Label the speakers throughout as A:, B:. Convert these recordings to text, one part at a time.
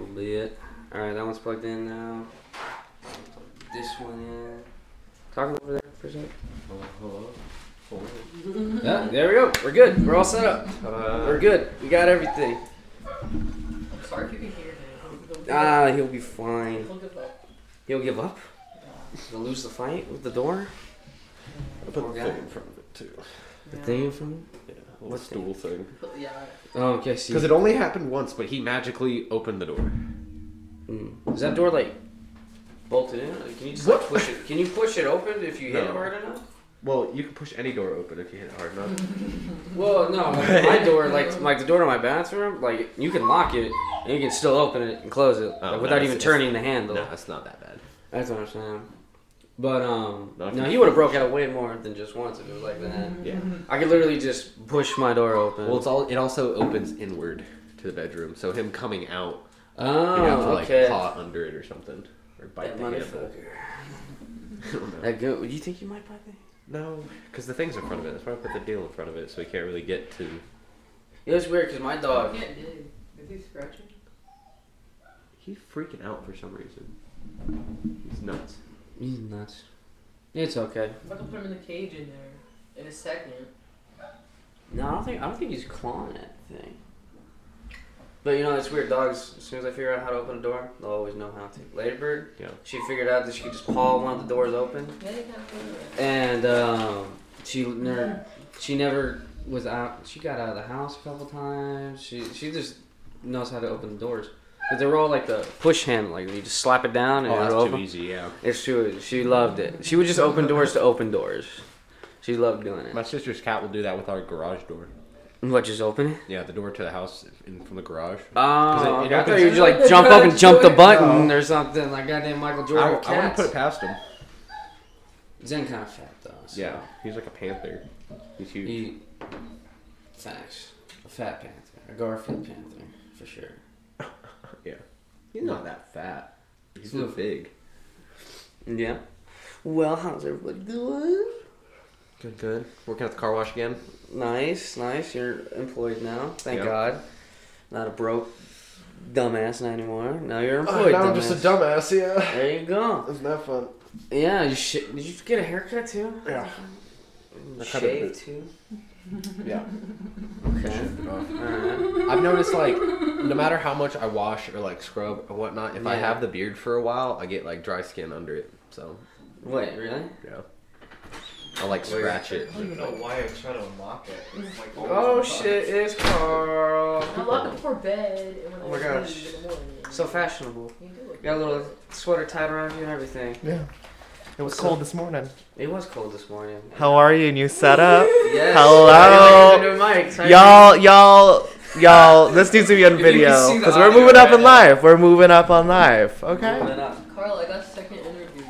A: basically it. All right, that one's plugged in now. This one in. Talking over there for a sec.
B: Hello, hello. Hello.
A: Yeah, there we go. We're good. We're all set up. We're good. We got everything.
C: I'm sorry if you can hear him. He'll give up.
A: Ah, he'll be fine.
C: He'll give up.
A: He'll give up. He'll lose the fight with the door.
B: I put
A: Poor
B: the
A: guy.
B: thing in front of it too.
A: The
C: Yeah.
A: thing in front.
B: Yeah, a little
A: What
B: stool thing.
C: He'll- Yeah.
A: Oh, okay. See,
B: Because it only happened once, but he magically opened the door.
A: Mm. is that door like bolted in? Like, can you just
B: What?
A: like, push it? Can you push it open if you hit it
B: No.
A: hard enough?
B: Well, you can push any door open if you hit it hard enough.
A: Mm-hmm. Well, no, like, my door, like like the door to my bathroom, like you can lock it and you can still open it and close it
B: Oh,
A: like,
B: no,
A: without
B: it's-
A: even
B: it's-
A: turning the handle.
B: No, it's not that bad.
A: That's what I'm saying. But um,
B: Not if
A: no,
B: you-
A: he would have broke out way more than just once if it was like that.
B: Yeah.
A: I could literally just push my door open.
B: Well, it's all. It also opens inward to the bedroom, so him coming out,
A: oh,
B: you have to like
A: okay.
B: paw under it or something, or bite
A: That
B: the handle.
A: motherfucker.
B: I don't know.
A: That good. You think you might bite that?
B: No, because the thing's in front of it. That's why I put the deal in front of it, so he can't really get to.
A: You know, it's weird because my dog.
C: Yeah, it did. Is he scratching?
B: He's freaking out for some reason. He's nuts.
A: He's nuts. It's okay.
C: I'm about to put him in the cage in there in a second.
A: No, I don't think I don't think he's clawing that thing. But you know, it's weird. Dogs. As soon as I figure out how to open a door, they'll always know how to. Ladybird.
B: Yeah.
A: She figured out that she could just paw one of the doors open,
C: Yeah, you gotta put him in.
A: and um, she never she never was out. She got out of the house a couple times. She she just knows how to open the doors. But they were all like the push handle, like you just slap it down and
B: Oh, that's
A: it'll
B: too
A: open.
B: easy. Yeah.
A: It's true. She loved it. She would just open doors to open doors. She loved doing it.
B: My sister's cat will do that with our garage door.
A: What, just open it?
B: Yeah, the door to the house in, from the garage.
A: Oh,
B: it- it
A: I thought
B: opens-
A: you would just like jump up and jump the button or something. Like goddamn Michael
B: I, I
A: Jordan.
B: want to put it past him.
A: Zen kind of fat though. so
B: Yeah, he's like a panther. He's huge.
A: He, facts. A fat panther. A Garfield panther for sure.
B: yeah, he's not that fat. He's so
A: Hmm.
B: big.
A: Yeah. Well, how's everybody doing?
B: Good, good. Working at the car wash again.
A: Nice, nice. You're employed now. Thank
B: Yeah.
A: God. Not a broke dumbass not anymore. Oh, Now you're employed. dumbass.
B: dumbass. Yeah,
A: There you go.
B: isn't that fun?
A: Yeah. You sh- did you get a haircut too?
B: Yeah. I cut it a
A: Shave
B: bit.
A: too.
B: Yeah.
A: Okay. Alright.
B: I've noticed like no matter how much I wash or like scrub or whatnot, if I
A: Yeah.
B: have the beard for a while, I get like dry skin under it. So
A: Wait, really?
B: yeah, I like
A: Weird.
B: scratch it.
D: I don't even know why I try to unlock it. It's like
A: Oh shit, it's Carl.
C: I lock it before bed and when
A: Oh my
C: I
A: gosh.
C: leave in the morning.
A: So fashionable.
C: You do it.
A: Got a little sweater tied around you and everything.
D: Yeah. It was
A: So-
D: cold this morning.
A: It was cold this morning.
D: How are you, new setup?
A: Yes.
D: Hello.
A: New mics. How you
D: y'all, y'all, y'all, this needs to be on
A: If you can
D: video.
A: see the
D: Because we're
A: audio
D: moving up
A: right
D: in
A: now.
D: live. We're moving up on live.
A: doing?
D: Okay.
A: Moving up.
C: Carl, I got a second interview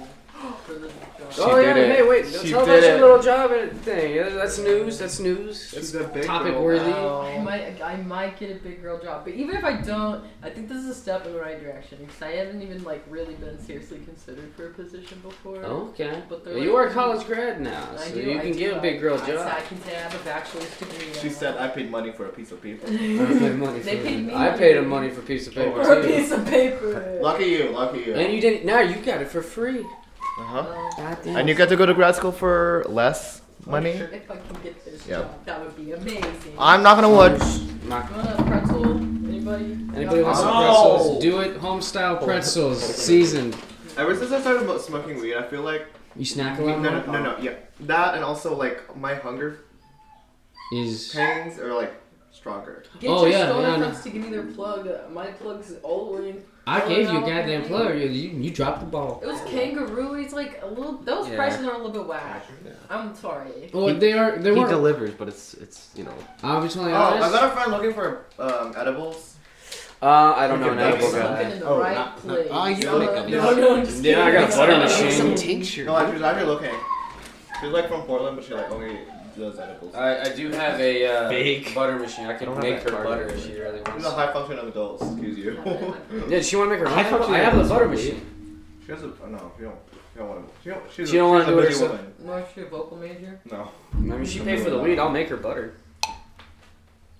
C: for the job.
B: She
A: Oh yeah,
B: did it.
A: hey wait,
D: She
A: tell
D: did
A: about your
D: it.
A: little job and thing. Yeah, That's news. That's news. That's
D: She's a big
A: topic
D: girl
A: worthy.
C: Wow, I might, I might get a big girl job, but even if I don't, I think this is a step in the right direction because I haven't even like really been seriously considered for a position before.
A: Oh. Okay.
C: But they're
A: Well, you are a
C: like-
A: college grad now,
C: I
A: so
C: do,
A: you
C: I
A: can
C: do
A: get a
C: have-
A: big girl
C: I, I
A: job.
C: can say I have a bachelor's degree.
D: She
C: I'm
D: said
C: like-
D: I paid money for a piece of paper.
A: I paid money
C: They
A: for
C: paid
A: it.
C: me
A: I
C: money.
A: paid him money for a piece of paper
C: for a
A: too.
C: piece of paper.
D: Lucky you, lucky you.
A: And you didn't. Now you got it for free.
D: Uh-huh.
C: Um,
A: God damn.
D: And you got to go to grad school for less money.
C: If I can get this
D: Yeah.
C: job, that would be amazing.
D: I'm knocking on wood.
A: Knock-
C: You want a pretzel? Anybody?
A: Anybody wants some
C: Oh.
A: pretzels? Do it. Home style pretzels, seasoned.
E: Ever since I started mo- smoking weed, I feel like
A: You snack a
E: no,
A: lot
E: no,
A: more.
E: no, no, yeah, that and also like my hunger
A: Is
E: pangs are like stronger.
C: Get
A: Oh,
C: your
A: yeah,
C: stoner
A: yeah, I know.
C: friends to give me their plug. Uh, My plug's all the way in
A: I
C: Oh,
A: gave you a
C: no.
A: goddamn plug. You, you, you dropped the ball.
C: It was kangaroo. It's like a little. Those
A: Yeah.
C: prices are a little bit whack. I'm sorry.
A: Well,
B: He-
A: they are. They
B: he
A: were.
B: delivers, but it's it's you know.
A: Obviously,
E: Oh, I got a friend looking for um, edibles.
A: Uh, I don't
D: know an edible
C: Smoking
D: guy.
C: in the
D: Oh,
C: right
D: not- not-
C: place.
B: Ah, you
C: no,
B: make 'em,
C: No, no, I'm just
A: Yeah, I
C: kidding.
A: got a butter
C: It's
A: machine.
C: some tea.
B: tincture.
E: No, actually, she's actually looking. She's like from Portland, but she like only does edibles.
A: I, I do have a uh,
D: Big.
A: butter machine. I
B: I
A: could
B: don't
A: make
B: have
A: her
B: that
A: butter
B: card
A: if she really
E: She's
A: wants.
E: a high functioning adult. Excuse you.
A: Yeah, does she want to make her own?
B: I
A: butter?
B: thought you
A: I have the
B: had
A: butter
B: this
A: machine.
E: she has a oh, no. She don't. She don't want to. She don't. She's
A: She
E: a,
A: don't wanna
E: she's a
A: do it
E: busy
A: herself?
E: woman.
C: No, is she a vocal major?
E: No.
A: I mean, she paid for the weed. I'll make her butter.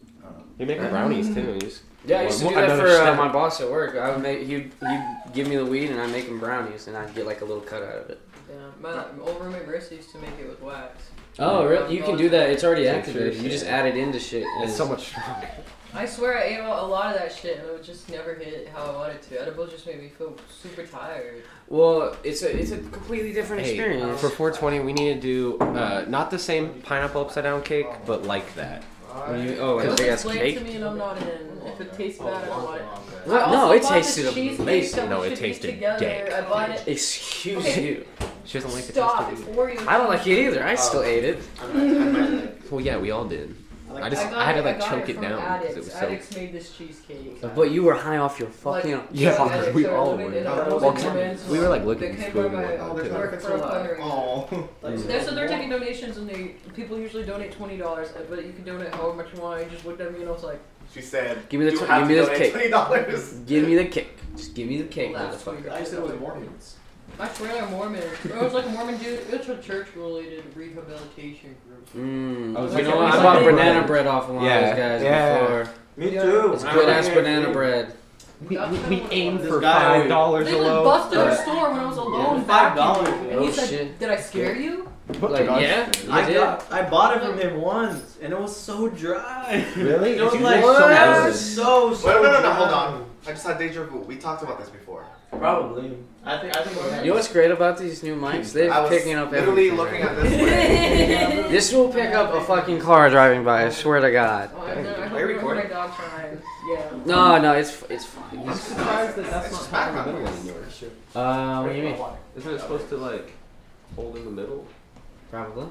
F: Mm-hmm.
B: You make brownies too. You just
A: Yeah, I used to do
F: Well, I
A: that
F: don't
A: for uh,
F: understand.
A: my boss at work. I would make he'd he'd give me the weed and I'd make him brownies and I'd get like a little cut out of it.
C: Yeah, my old roommate Marissa used to make it with wax.
A: Oh, really? You can do that. It's already
F: It's like
A: activated. You
F: shit.
A: just add it into shit.
F: It's so much stronger.
C: I swear I ate a lot of that shit and it would just never hit how I wanted to. Edibles just made me feel super tired.
A: Well, it's a it's a completely different
F: Hey,
A: experience.
F: for 420, we need to do uh, not the same pineapple upside down cake, but like that.
A: When you- oh, and a
C: Just
A: big ass
C: explain
A: cake.
C: to me and I'm not in. If it tastes bad, I don't want it.
A: No,
C: I also
A: it
C: bought this
A: tasted
C: cheesecake
A: amazing.
C: that we
F: No, it
C: should eat
F: tasted
C: together.
F: dank.
C: I bought it.
A: Excuse
C: Okay.
A: you.
F: She doesn't like the
C: Stop.
F: taste
C: It's
F: of it.
C: Oreo.
A: I don't like it either. I still
E: Oh.
A: ate it.
F: Well, yeah, we all did. I
E: I
F: just-
C: got
F: had to,
C: it-
F: like,
C: got
F: choke it
C: from
F: down 'cause it
C: Addicts.
F: was so-
C: Addicts made this cheesecake.
A: But you were high off your
C: Like,
A: fucking.
F: Yeah,
C: drug addicts
F: we
C: are
F: all
C: living
F: were.
C: in a
E: Yeah.
C: homeless
E: Well,
C: man's
F: we were, like,
C: home
F: looking
C: that
F: at
C: came
F: school
C: by
F: and
C: my-
F: whatnot,
E: Oh, there's
F: too.
E: no
C: Work
E: it's
C: for a
E: alive.
C: fundraiser.
E: Oh.
C: They're, so they're taking donations and they people usually donate twenty dollars, but you can donate however much you want. I just looked at me and I was like,
E: She said,
A: Give me the
E: "You
A: tw-
E: have
A: give me
E: to
A: this
E: donate
A: cake."
E: Twenty dollars.
A: Give me the cake. Just give me the cake,
C: Last week.
A: motherfucker.
C: I said it was
E: Mormons.
C: I swear they're Mormon. It was like a Mormon dude. It was a church related rehabilitation group.
A: Mm.
F: I was
A: you
C: like-
A: know what? I
C: like
A: bought
C: banana
A: banana bread off of one of
F: Yeah.
A: those guys
F: Yeah.
A: before.
E: Me
C: Yeah.
E: too.
A: It's good ass banana bread.
F: We, we, we aimed
C: This
F: for
E: guy-
F: five dollars
C: They like
F: alone.
C: busted our store when I was alone.
E: Yeah, five
C: vacuuming.
E: dollars,
C: And he
A: oh,
C: said,
A: shit.
C: "Did I scare you?"
A: Like, yeah, you
E: I
A: did.
E: got, I bought it from him once, and it was so dry.
F: Really?
E: It was
F: You
E: like
F: just
E: so,
F: sold it.
E: so so.
D: Wait, no, no, no,
E: dry.
D: hold on. I just had deja vu. We talked about this before.
E: Probably. I think I think. we're
A: You know what's great about these new mics? They're
D: I was
A: picking up
D: literally
A: everything.
D: looking at this. way.
C: oh,
A: This will pick up a fucking car driving by. I swear to God.
C: I, know, I
E: Are you
C: hope you don't hear my
E: recording?
C: dog crying. Yeah.
A: No, no, it's it's fine.
F: I'm surprised that that's
D: It's
F: not
D: just back
F: held in the
D: on
F: middle
D: the
F: anymore.
A: Uh, what do you mean?
F: Isn't it supposed to like hold in the middle?
A: Probably.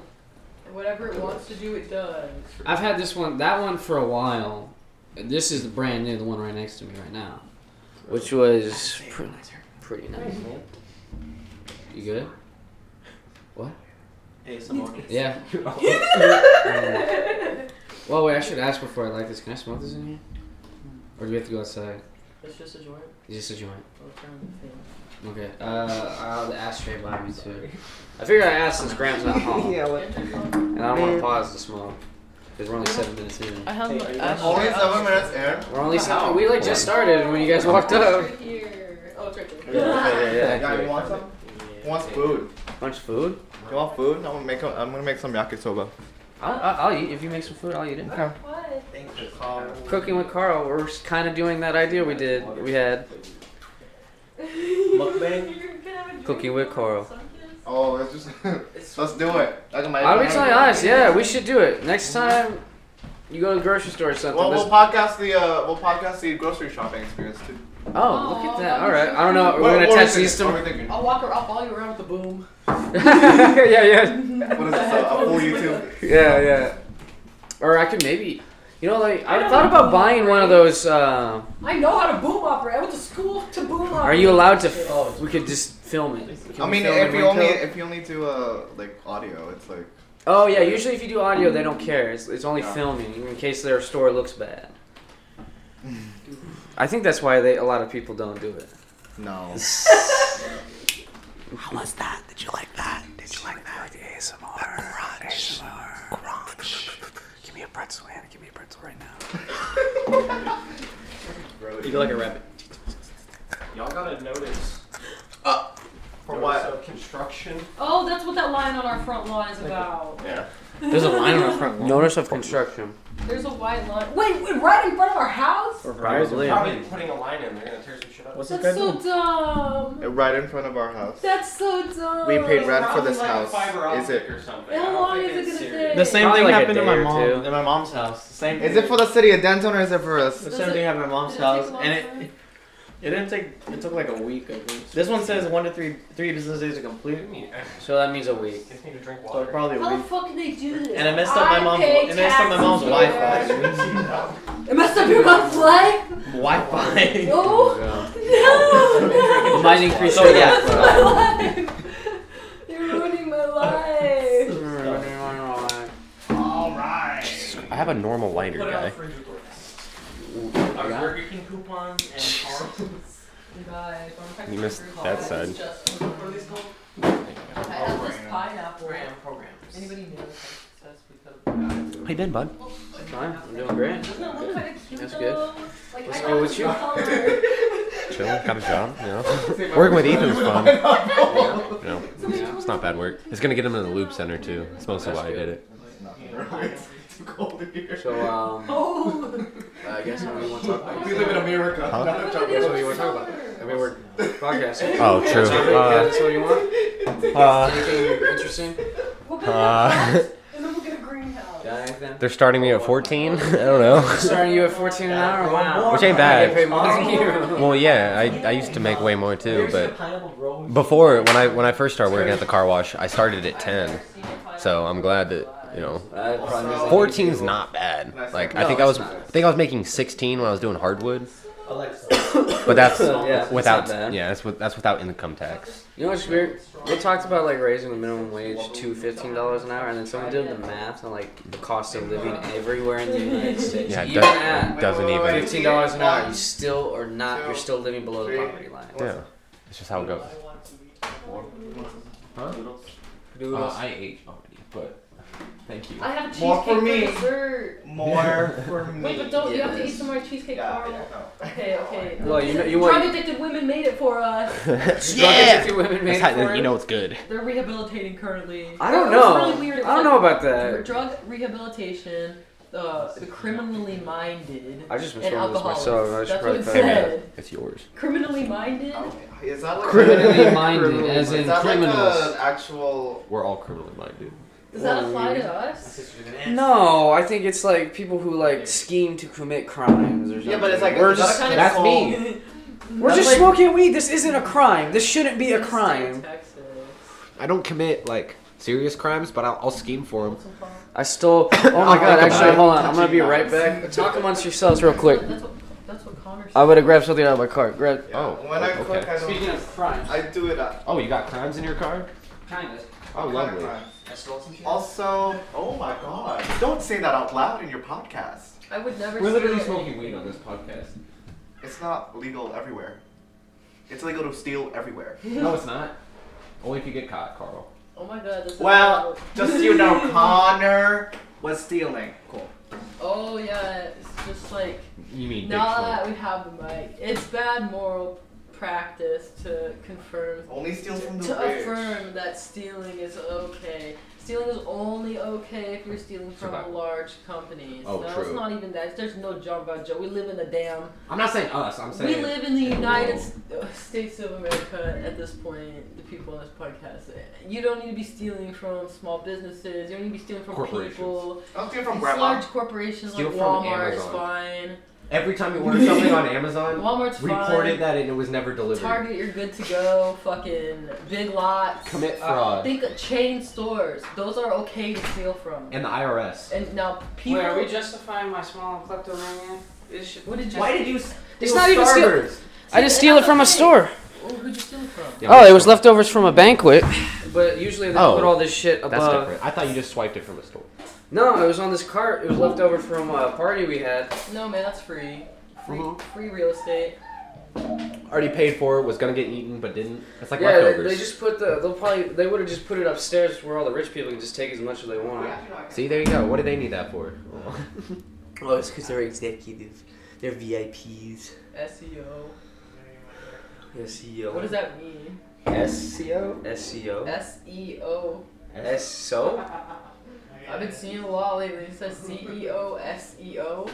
C: Whatever it wants to do, it does.
A: I've had this one, that one for a while. This is the brand new, the one right next to me right now, which was pr- pretty nice. You good?
E: Hey, someone.
A: Yeah. well, wait. I should ask before I light this. Can I smoke this in here, or do we have to go outside?
C: It's just a joint.
A: It's just a joint.
C: I'm trying to think.
A: Okay. Uh, I'll have the ashtray by me too. I figure I asked since Graham's not home, and I don't want to pause the smoke because we're only seven minutes in.
C: I have
E: Hey,
C: my
E: are you
C: ashtray
E: on?
D: Only
C: up.
D: seven minutes in.
A: We're only seven. We like just started when you guys walked up.
C: Right here. Oh, it's right there.
A: Yeah, yeah.
D: Yeah, you want some? Who wants food?
A: Bunch of food.
D: You want food? I'm gonna make. I'm gonna make some yakisoba.
A: I'll, I'll, I'll eat if you make some food. I'll eat it.
D: Okay.
C: What?
A: Cooking with Carl, we're kind of doing that idea we did. We had
E: Mukbang.
C: You're gonna have a drink
A: Cooking with
C: about
A: Carl.
C: something?
D: Oh, let's just let's do it. Like my.
A: I'll be totally honest. Yeah, we should do it next time. You go to the grocery store or something.
D: Well,
A: let's-
D: we'll podcast the uh, we'll podcast the grocery shopping experience too.
A: oh, look at that.
C: Aw,
A: All right. I don't know. We're
D: What-
A: gonna
D: what are we
A: test these.
D: thinking?
A: To-
D: What are we thinking?
C: I'll walk her. I'll follow you around with the boom.
A: yeah, yeah,
D: What is this? A, a full YouTube?
A: yeah, yeah. Or I could maybe, you know, like
C: I
A: I
C: know
A: thought
C: how
A: about
C: to
A: buying one of
C: operate.
A: those. Uh,
C: I know how to boom operate. I went to school to boom operate.
A: are you allowed to?
C: Shit.
G: Oh.
A: we could just film it. Can
D: Oh, I
A: we
D: mean,
A: film
D: if
A: in
D: you
A: one
D: only
A: coat?
D: if you only do uh like audio, it's like
A: Oh yeah, usually if you do audio, they don't care. It's, it's only
D: Yeah.
A: filming in case their store looks bad. I think that's why they a lot of people don't do it.
D: no.
A: How was that? Did you like that? Did you like that? ASMR. Crunch. ASMR. Give me a pretzel, man. Give me a pretzel right now.
F: You go like a rabbit.
E: Y'all gotta notice.
D: Uh, For what?
E: construction.
C: Oh, that's what that line on our front lawn is about.
D: Yeah.
A: There's a line on the front. Notice of construction.
C: There's a white line. Wait, wait, right in front of our house?
B: Oh,
A: Probably.
E: Probably putting a line in. They're gonna tear some shit up.
F: What's
C: That's so dumb.
D: Uh, Right in front of our house.
C: That's so dumb.
D: We paid rent for
E: Probably
D: this
E: like a
D: house.
E: Fiber
D: Is
E: optic
D: it?
E: Or something.
C: How
E: I don't
C: long
E: think
C: is it
E: it's
C: gonna
E: serious.
A: The
C: take?
A: same Probably thing like a happened to my day or
G: mom
A: mom- two.
G: at my mom's house. The same.
D: Is it for the city of Denton or is it for us?
G: the
C: Does
G: same
C: it-
G: thing happened at my mom's
C: does it take
G: house,
C: a long
G: and it,
C: time?
G: it it didn't take. It took like a week. I think. This one says one to three three business days to complete,
A: So that means a week.
E: Just need to drink
G: so
E: water.
G: probably a
C: How the
G: week.
C: fuck can they do this?
G: And I messed up my mom's.
C: pay
G: And I messed up my mom's
C: taxes
G: Wi-Fi.
C: here. It messed up your mom's life?
G: Wi-Fi.
C: Oh,
A: So,
C: no.
A: it might increase
G: So
A: your-
G: yeah.
C: my life. You're ruining my life.
F: I have a normal lighter,
E: Put out
F: guy.
E: fridge doors. Our
A: Yeah.
E: Burger King coupons and Carl's.
C: Guys, I'm
F: You missed
C: trying to
F: that
C: figure
F: side.
C: out just- What are these called? I have this pineapple.
E: Program programs.
C: Anybody knows how to success because
A: I
F: you been, bud?
A: Fine, I'm doing great.
C: Doesn't it look kind of cute
A: That's good.
C: though? Like,
A: What's
C: I
A: wrong with
C: thought
A: you?
C: it was
B: Chill, got a job. You know,
D: Save my
B: working with
D: personal-
B: Ethan's fun.
A: Yeah.
B: You know, it's, it's not bad work. It's gonna get him in the loop center too. That's mostly why I did it.
D: It's too cold in here.
A: So, um,
C: Oh,
A: I guess what we want to talk about.
D: We live in America.
B: Huh?
D: Not enough chocolate.
A: That's what you want to talk about. I mean, we're podcasting.
B: Oh, true.
A: That's what, yeah,
B: Uh,
A: that's what you want?
B: uh,
A: Anything interesting?
C: we'll get
B: Uh,
C: a house, and then we'll get a greenhouse.
A: Yeah, anything?
B: they're starting me at 14. I don't know.
A: Starting you at 14 an hour? Wow.
B: Which ain't
A: I get
B: bad.
A: paid more than you.
B: Well, yeah, I, I used to make way more too, but before when I when I first started working at the car wash, I started at 10. So I'm glad that you know
A: Uh, probably doesn't
B: 14's
A: people.
B: not bad. Like I
A: No,
B: think I
A: it's
B: was
A: not.
B: I think I was making 16 when I was doing hardwood,
F: Uh,
G: Alexa.
B: but that's
A: Yeah, it's
B: without
A: not bad.
B: yeah that's with, that's without income tax.
A: You know what's weird? We talked about like raising the minimum wage to fifteen dollars an hour, and then someone did the math on like the cost of living everywhere in the United States.
B: Yeah, it
A: even
B: does, it
A: at
B: doesn't even.
A: fifteen dollars an hour, you still are not. You're still living below the poverty line.
B: Yeah, it's just how it goes.
A: Dude,
F: ate already, but thank you.
C: I have cheesecake
D: More for me.
C: dessert.
D: More for me.
C: Wait, but don't you have to eat
A: Yes.
C: some more cheesecake,
D: Yeah,
C: Carl?
D: yeah, no.
C: Okay, okay.
A: Well, you know- you
C: Drug
A: want-
C: addicted women made it for us.
A: drug addicted women made
B: That's
A: it
B: how-
A: for
B: you
A: it?
B: know it's good.
C: They're rehabilitating currently.
A: I don't
C: It was
A: know.
C: really weird. It
A: I don't
C: was
A: know
C: like
A: about that.
C: Drug rehabilitation, uh, the criminally minded,
A: I just been
C: and
A: this
C: alcoholics.
A: myself. I should
C: That's what
A: probably
C: it
A: find out.
C: said.
B: It's yours.
C: Criminally minded.
D: Is that like
A: Criminally minded,
D: Criminally-
A: as in
D: is that
A: criminals.
D: Like an actual.
F: We're all criminally minded.
C: Does that
A: Oh,
C: apply
A: you-
C: to us?
A: No, I think it's like people who like scheme to commit crimes or something.
D: Yeah, but it's like
A: we're
D: is that
A: just,
D: kind of
A: that's me.
D: cold-
A: We're
D: That's
A: just
D: like-
A: smoking weed. This isn't a crime. This shouldn't be a
C: State of
A: crime.
C: Texas.
F: I don't commit like serious crimes, but I'll, I'll scheme for them.
A: I stole. Oh my
F: I'll
A: god!
F: think about
A: Actually,
F: it.
A: hold on. I'm gonna be
D: Touching
A: right back. Talk amongst yourselves real quick.
C: That's what, that's what Connor
A: I
C: said.
A: would have grabbed something out of my car. Grab.
D: Yeah,
F: Oh,
D: When I
F: okay.
D: cook, I don't.
A: of crimes,
D: I do it up.
F: Oh, you got crimes in your car?
A: kind of.
F: Oh, lovely.
A: I stole some shit.
D: Also, oh my god, don't say that out loud in your podcast.
C: I would never.
F: We're literally
C: steal
F: smoking
C: anything.
F: weed on this podcast.
D: It's not legal everywhere. It's legal to steal everywhere.
F: No, it's not. Only if you get caught, Carl.
C: Oh my god. This is
D: Well,
C: terrible.
D: just so you know, Connor was stealing. Cool.
C: Oh yeah, it's just like
F: You mean
C: now that we have the mic, it's bad moral practice to confirm
D: Only steals from the
C: to
D: rich.
C: affirm that stealing is okay. Stealing is only okay if you're stealing from a
F: Survival.
C: large company.
F: Oh,
C: no, it's
F: true.
C: not even that. There's no jump about Joe. We live in a damn.
F: I'm not saying us. I'm saying
C: we live in the
F: in the
C: United
F: world.
C: S- States of America at this point. The people on this podcast, you don't need to be stealing from small businesses. You don't need to be stealing from
F: Corporations.
C: people.
D: Don't steal from
C: These
D: grandma.
C: large corporations
F: Steal
C: like
F: from
C: Walmart is
F: Amazon.
C: fine.
F: every time you order something on Amazon,
C: Walmart's
F: reported
C: fine.
F: that and it was never delivered.
C: Target, you're good to go. Fucking Big Lots. Uh,
F: Commit fraud.
C: Think of chain stores. Those are okay to steal from.
F: and the IRS.
C: And now people.
A: Wait, are we justifying my small kleptomania?
C: What did you?
F: Why did you steal
A: It's not even steal-
F: Starburst?
A: I just steal it from a store.
C: Oh, who'd you steal it from?
F: Yeah,
A: Oh,
F: but-
A: it was leftovers from a banquet. But usually they
F: Oh,
A: put all this shit above.
F: That's different. I thought you just swiped it from a store.
A: No, it was on this cart. It was left over from a party we had.
C: No, man, that's free. Free,
A: Mm-hmm.
C: free real estate.
F: Already paid for it. Was gonna get eaten, but didn't. It's like
A: yeah, they,
F: leftovers.
A: they just put the. They'll probably. They would have just put it upstairs where all the rich people can just take as much as they want.
F: See, there you go. What do they need that for?
A: Oh, it's because they're executive. They're VIPs.
C: SEO.
A: SEO.
C: E What does that mean?
A: SEO? SEO.
C: SEO.
A: SEO?
C: I've been seeing a lot lately. It says E CEO, SEO.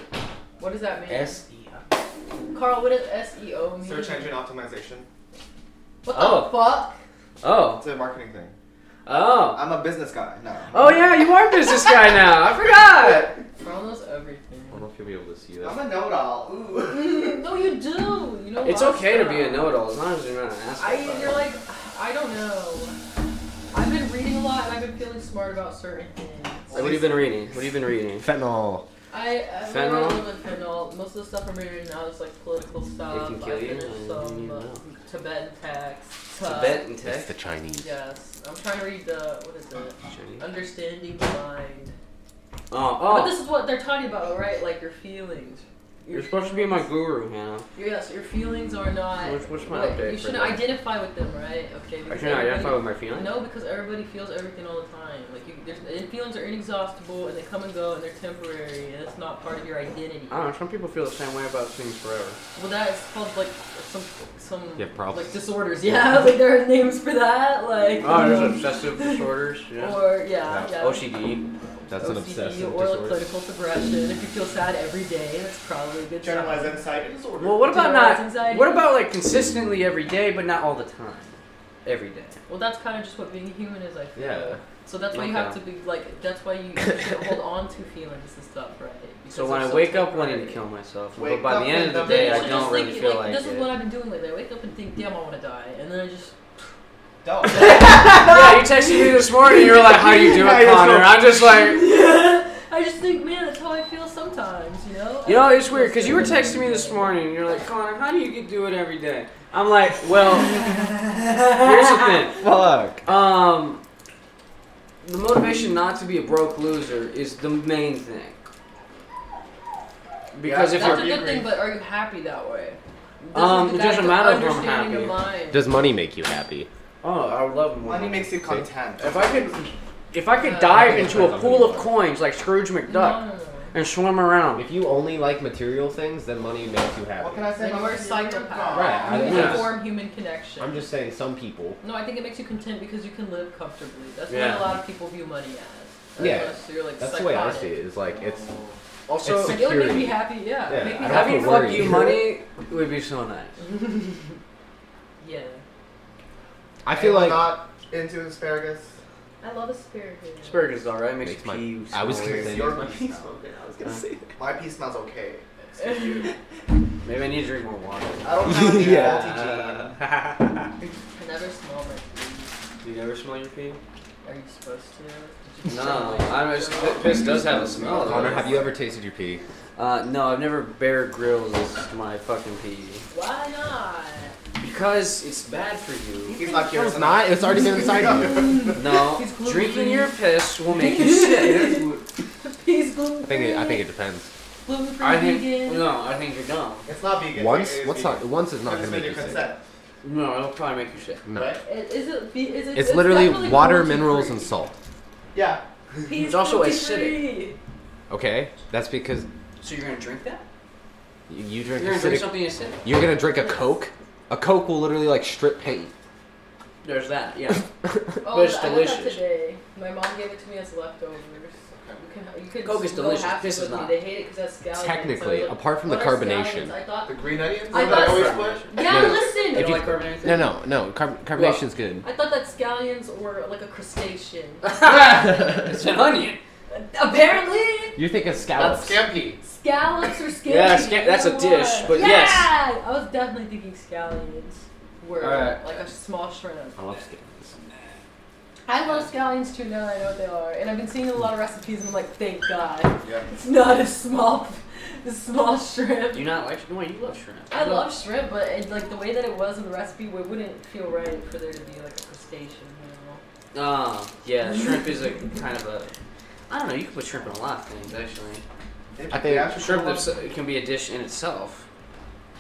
C: What does that mean?
A: SEO.
C: Carl, what does SEO mean?
D: Search engine optimization.
C: What
A: Oh.
C: the fuck?
A: Oh.
D: It's a marketing thing.
A: Oh.
D: I'm a business guy. No.
A: Oh, yeah, you are a business guy now. I forgot.
C: Carl knows everything.
F: I don't know if you'll be able to see
D: I'm
F: that.
D: a know-it-all. Ooh.
C: no, you do. You know.
A: It's
C: lots
A: okay to
C: of
A: be a
C: stuff.
A: know it all as long as you're not an asshole.
C: I you're like I don't know. I've been reading a lot and I've been feeling smart about certain things.
A: what have you been reading? What have you been reading?
F: Fentanyl.
C: I I've read a
A: Fentanyl?
C: little bit of fentanyl. Most of the stuff I'm reading now is like political stuff.
A: can kill
C: I
A: you,
C: finished
A: and you
C: some
A: need
C: uh,
A: to know.
C: Tibetan texts. uh,
A: Tibetan
B: It's
A: tech.
B: the Chinese.
C: Yes, I'm trying to read the what is it? Understanding the mind.
A: Oh,
C: But
A: oh.
C: this is what they're talking about, right? Like your feelings.
A: You're supposed to be my guru, Hannah.
C: Yes, your feelings are not.
A: What's- what's my
C: like,
A: update
C: You
A: for
C: shouldn't
A: that?
C: identify with them, right? Okay.
A: I
C: because
A: shouldn't identify
C: everybody-
A: with my feelings.
C: No, because everybody feels everything all the time. Like you, there's, and feelings are inexhaustible, and they come and go, and they're temporary, and it's not part of your identity.
A: I don't know. Some people feel the same way about things forever.
C: Well, that's called like some some
B: You have problems.
C: like disorders. Yeah, like there are names for that. Like
A: Oh,
C: um,
A: there's obsessive disorders. Yeah. Oh,
C: or yeah, yeah.
A: OCD.
B: That's an
C: OCD
B: obsessive
C: or like
B: disorder.
C: clinical depression. If you feel sad every day, that's probably a good.
D: Generalized
C: sign.
D: anxiety disorder.
A: Well, what about
C: Generalized
A: not?
C: anxiety.
A: What about like consistently every day, but not all the time? Every day.
C: Well, that's kind of just what being human is, I feel.
A: Yeah.
C: So that's why you have to
A: Okay.
C: be like. That's why you should hold on to feelings and stuff, right? Because
A: So when
C: they're
A: I wake up
C: temporary.
A: wanting to kill myself,
D: Wake
A: but by
D: up
A: the end of the
D: and
A: day, I
C: then you should just
A: don't really
C: think,
A: feel
C: like,
A: like
C: this is
A: it.
C: what I've been doing lately. I wake up and think, damn, I want to die, and then I just.
D: Duh.
A: Yeah, you texted me this morning. You were like, "How "Ah!" you doing, Connor?" I'm just like,
C: I just think, man, that's how I feel sometimes, you know.
A: you know, it's weird because you were texting me this morning. and You're like, Connor, how do you get- do it every day? I'm like, well, here's the thing.
F: Fuck.
A: Um, the motivation not to be a broke loser is the main thing. Because
C: That's
A: if
C: a
A: you're,
C: good thing, but are you happy that way? This
A: Um,
C: is
A: it
C: the fact
A: doesn't
C: of
A: matter if I'm
C: understanding Your mind.
B: Does money make you happy?
A: oh, I would love more.
D: Money makes you content.
A: If I could, if I could dive into a pool of coins like Scrooge
C: no,
A: McDuck
C: no, no.
A: and swim around,
B: If you only like material things, then money makes you happy.
D: What can I say?
C: Then you're a psychopath.
B: Right, I-
C: You need
A: yeah.
C: to form human connection.
B: I'm just saying, some people.
C: No, I think it makes you content because you can live comfortably. That's
A: Yeah.
C: what a lot of people view money as.
B: Yeah.
C: Unless you're like
B: That's the
C: psychotic.
B: way I see it. Is like it's
A: also
B: It's
C: Like, it would make me
B: Security.
C: happy, yeah.
B: Yeah,
C: Make me
B: I don't have
C: happy.
A: having
B: to
A: fuck
B: worry.
A: you money would be so nice.
C: Yeah.
B: I feel
D: am
B: like
D: not into asparagus.
C: I love asparagus.
A: Asparagus is alright. Makes, you
B: Makes my-
A: pee.
B: I was gonna
A: smelly.
B: say-
D: Your
B: my
D: pee smells.
F: I was
A: gonna
F: say.
D: My pee smells okay.
A: Maybe I need to drink more water.
D: I don't have any
A: Yeah.
D: faulty
C: I never smell my food.
A: Do you ever smell your pee?
C: Are you supposed to? Did you
A: No,
C: smell
A: I just, this does have a smell. though.
B: Connor, have you ever tasted your pee?
A: Uh, no, I've never Bear Grylls as my fucking pee.
C: Why not?
A: Because it's bad for you.
D: gene. He's not curious.
B: It's not. It's already been inside you.
A: No,
C: It's gluten-free.
A: drinking your piss will make you sick.
C: He's gluten
B: I think. It, I think it depends.
C: gluten free
A: I think
C: vegan.
A: no, I think you're dumb.
D: It's not vegan.
B: Once,
D: It is
B: what's
D: vegan.
B: not? Once is not
D: It's
B: gonna make
D: with
B: you
D: your
B: sick.
D: consent,
A: No, it'll probably make you sick.
B: No.
D: right?
C: It- Is it? ve- Is it
B: It's literally
C: definitely
B: water,
C: gluten-free.
B: minerals, and salt.
D: Yeah.
C: He's
A: It's also
C: gluten-free.
B: Okay, that's because
A: So you're gonna drink that?
B: you, you
A: You're
B: drink
A: gonna drink
B: acidic.
A: something acidic?
B: You're gonna drink a Coke. A Coke will literally like strip paint.
A: There's that. Yeah.
C: Oh,
A: But it's
C: I got that
A: delicious.
C: today. My mom gave it to me as leftovers. You can, you can
A: Coke is
C: just go
A: delicious.
C: half
A: This
C: with
A: is
C: me.
A: not.
C: They hate it because that's scallions.
B: Technically,
C: So-
B: apart from the
C: What are scallions?
B: carbonation.
C: I thought.
D: The green onions.
C: I
D: that I
C: thought-
D: always put.
C: Yeah,
B: No.
C: listen.
A: You
B: If
A: don't
B: you-
A: like carbonated?
B: No, no, no. Carb- carbonation's good.
C: I thought that scallions were like a crustacean.
A: It's an onion.
C: Apparently,
B: You think of
D: That's
B: scallops?
D: scampi.
C: scallops are scallions.
A: Yeah, sca- that's a dish, but
C: yeah!
A: yes.
C: I was definitely thinking scallions were
A: Alright.
C: like a small shrimp.
B: I love scallops.
C: I love scallions too now. I know what they are, and I've been seeing a lot of recipes. and I'm like, thank God,
D: Yeah.
C: it's not a small, a small shrimp.
A: Do you not like shrimp? No, you love shrimp.
C: I love shrimp, but it, like the way that it was in the recipe, it wouldn't feel right for there to be like a crustacean. You
A: Ah, yeah. Shrimp is a kind of a. I don't know. You can put shrimp in a lot of things actually.
B: I think
A: Shrimp is- can be a dish in itself.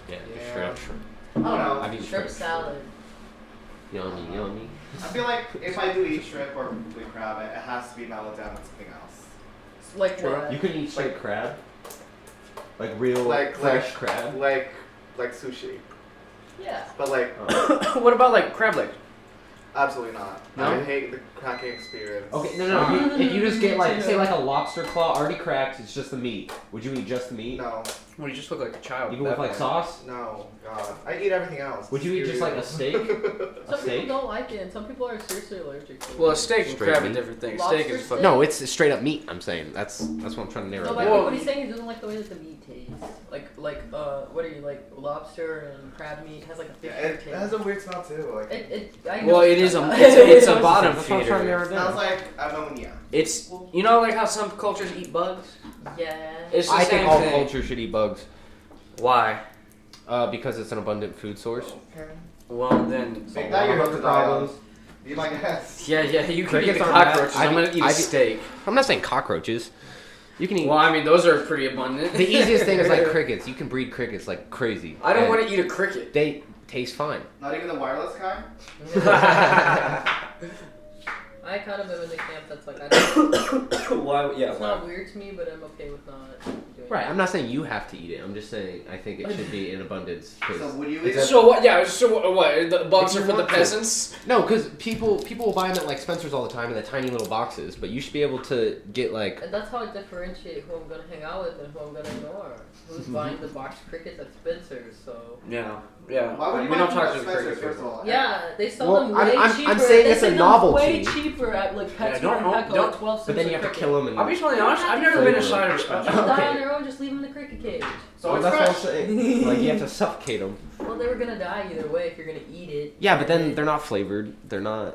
B: Yeah,
D: Yeah.
B: straight up shrimp.
C: know?
D: I don't know.
B: I've eaten
C: Shrimp
B: shrimp.
C: salad.
B: Yummy, yummy.
D: I feel like if I do eat shrimp or blue crab, it, it has to be mellowed down with something else.
C: Like what?
B: You could eat straight crab. Like real
D: Like-
B: fresh
D: like-
B: crab.
D: Like, like sushi,
C: yeah.
D: but like
A: what about like crab legs?
D: absolutely not.
A: No?
D: I hate the cracking experience.
B: Okay, no, no. You, if you just get like, say, like a lobster claw already cracked, it's just the meat. Would you eat just the meat?
D: No,
A: Well, you just look like a child.
B: Even with like sauce?
D: no, God, I eat everything else.
B: Would you eat just like a steak?
C: Some
B: a
C: people
B: steak?
C: don't like it, and some people are seriously allergic to it.
A: Well, a steak and
B: Straight
A: crab are
B: meat.
A: different things.
C: Lobster
A: steak is fucking.
B: No, it's straight up meat. I'm saying that's that's what I'm trying to narrow
C: no, but
B: down.
A: Well-
C: what he's saying he doesn't like the way that the meat tastes. Like, like, uh, what are you like? Lobster and crab meat has like a
D: Yeah,
C: fishy
D: it, it
C: taste.
D: has a weird smell too. Like
C: it, it, I know
A: Well,
C: what
A: it
C: you're
A: is a
C: talking
A: it's
C: about.
A: a, it's a bottom
B: That's what I'm trying to
A: feeder.
B: narrow
D: smells
B: down.
D: like ammonia.
A: It's you know like how some cultures eat bugs.
C: yeah.
A: It's the
B: I
A: same
B: think all
A: thing.
B: culture should eat bugs
A: Why?
B: uh, because it's an abundant food source.
D: Okay.
A: Well then.
D: Big now you're hooked problems. Be my guest.
A: Yeah, yeah. You can eat
B: Crickets
A: the
B: aren't bad.
A: cockroaches.
B: I've-
A: I'm gonna eat a
B: I've-
A: steak.
B: I'm not saying cockroaches.
F: You can eat.
A: Well, I mean, those are pretty abundant.
B: The easiest thing is like crickets. You can breed crickets like crazy.
A: I don't
B: And
A: want to eat a cricket.
B: They taste fine.
D: Not even the wireless kind.
C: I kind of am in the camp that's like, I don't,
A: Why? Yeah.
C: it's not weird to me, but I'm okay with not doing it.
B: Right. I'm not saying you have to eat it. I'm just saying I think it should be in abundance. 'cause-
D: So would you eat it?
A: So what? Yeah. So what? what the bucks
B: If
A: are
B: you
A: for the
B: want to.
A: peasants.
B: No, because people people will buy them at like Spencer's all the time in the tiny little boxes, but you should be able to get like
C: And that's how I differentiate who I'm gonna hang out with and who I'm gonna ignore. Who's buying the box crickets at Spencer's? So
A: Yeah. Yeah.
D: Why would
A: we
D: you buy
A: don't
D: from
A: talk to the
D: Spencer's
A: cricket
D: first of
A: people.
D: all?
C: yeah, they sell
B: Well,
C: them
B: I'm-
C: way
B: I'm- I'm
C: cheaper.
B: saying
C: they
B: it's a
C: sell them Way
B: novelty.
C: cheaper at like PetSmart.
A: Yeah, don't-
C: and Petco,
A: don't-
C: like twelve cents.
B: but then you
C: a
B: have to
C: cricket.
B: kill them and
A: I'll be totally honest. I've never been inside of
C: If they
A: Spencer's.
C: die on their own, just leave them in the cricket cage.
D: So it's
B: that's what I'm
D: fresh.
B: saying. like you have to suffocate them.
C: Well, they were gonna die either way if you're gonna eat it.
F: Yeah, but then they're not flavored. They're not.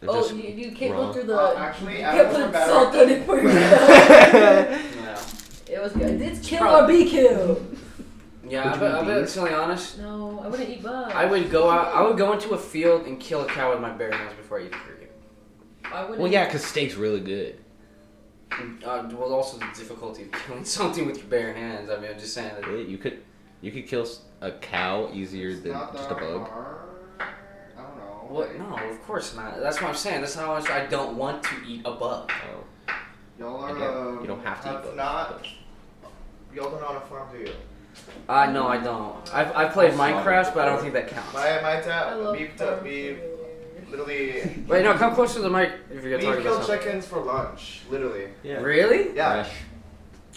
F: They're
C: Oh,
F: just.
C: you, you can't
F: raw.
C: go through the.
D: Uh, actually,
C: you can't
D: animals are
C: put
D: better
C: salt
D: off
C: on it for yourself.
A: Yeah.
C: it was good. It's kill or be killed.
A: Yeah. I
F: Would you
A: bet, I
F: eat
A: bet
F: bees?
A: totally honest.
C: No, I wouldn't eat bugs.
A: I would go out. I would go into a field and kill a cow with my bare hands before I eat the cricket.
C: I wouldn't.
B: Well, yeah, because steak's really good.
A: Uh, well, also the difficulty of killing something with your bare hands. I mean, I'm just saying that.
B: Yeah, You could you could kill s- a cow easier
D: It's
B: than
D: not
B: just a
D: that
B: bug.
D: hard. I don't know.
A: What? No, of course not. That's what I'm saying. That's how much I don't want to eat a bug.
B: Oh.
D: Y'all are.
B: Again,
D: um,
B: you don't have to eat
D: that's
B: bugs,
D: Not. Y'all don't own a farm, do you?
A: Uh, no, I don't. I've, I've played Minecraft, but I don't think that counts.
D: My my
C: I
D: dad,
C: love
D: we
C: farm
D: we
C: food.
D: literally
A: Wait, no, come closer to the mic if you're gonna
D: we
A: talk about
D: kill
A: something.
D: chickens for lunch, literally.
F: Yeah.
A: Really?
D: Yeah,
B: Fresh.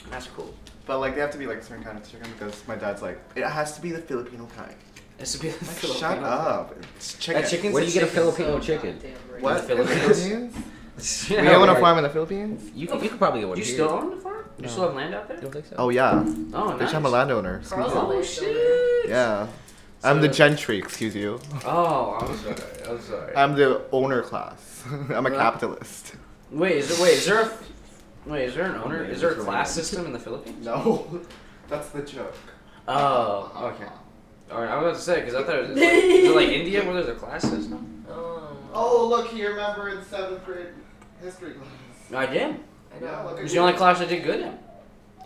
A: That's cool.
D: but like they have to be like a certain kind of chicken because my dad's like it has to be the Filipino kind.
A: It's a bit
D: Like, shut up, it's chicken.
A: That chicken's
B: Where do you get a Filipino
C: So
B: chicken?
C: goddamn right.
D: What?
A: In the
D: Philippines?
A: Yeah.
D: we own a farm in the Philippines.
B: You could, you could probably get one
A: You
B: here.
A: still own the farm? You
D: No.
A: still have land out there?
B: I don't think so.
D: Oh yeah,
A: Oh,
D: bitch,
A: nice.
D: I'm a landowner. Excuse
C: Carl's
D: you.
C: a
A: Oh,
C: landowner.
A: shit.
D: Yeah, I'm the
A: So-
D: gentry. Excuse you.
A: Oh, I'm sorry. I'm sorry.
D: I'm the owner class. I'm a
A: Right.
D: capitalist.
A: Wait, is there, wait, is there a wait, is there an owner?
F: man,
A: Is there a
F: it's
A: class
F: wrong.
A: system in the Philippines?
D: No, that's the joke.
A: Oh, okay. All right, I was about to say because I thought it was is it like India where there's a class system.
C: Oh.
D: Oh look, he remembered in seventh grade history class.
A: I did.
C: I
D: Yeah,
C: know.
A: It
D: look at
A: was the
D: you.
A: only class I did good in.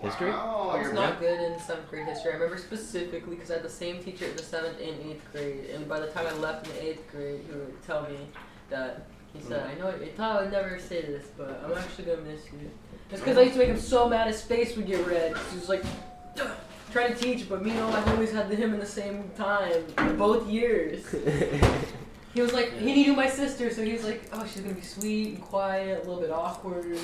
B: History?
D: Wow,
C: I was
D: Oh, you're
C: Oh, not good in seventh grade history. I remember specifically because I had the same teacher in the seventh and eighth grade, and by the time I left in the eighth grade, he would tell me that he said, "I know you thought I would never say this, but I'm actually gonna miss you." It's because I used to make him so mad his face would get red. 'cause He was like trying to teach, but me and all my homies had him in the same time, both years. He was like, he knew my sister, so he was like, oh, she's gonna be sweet and quiet, a little bit awkward.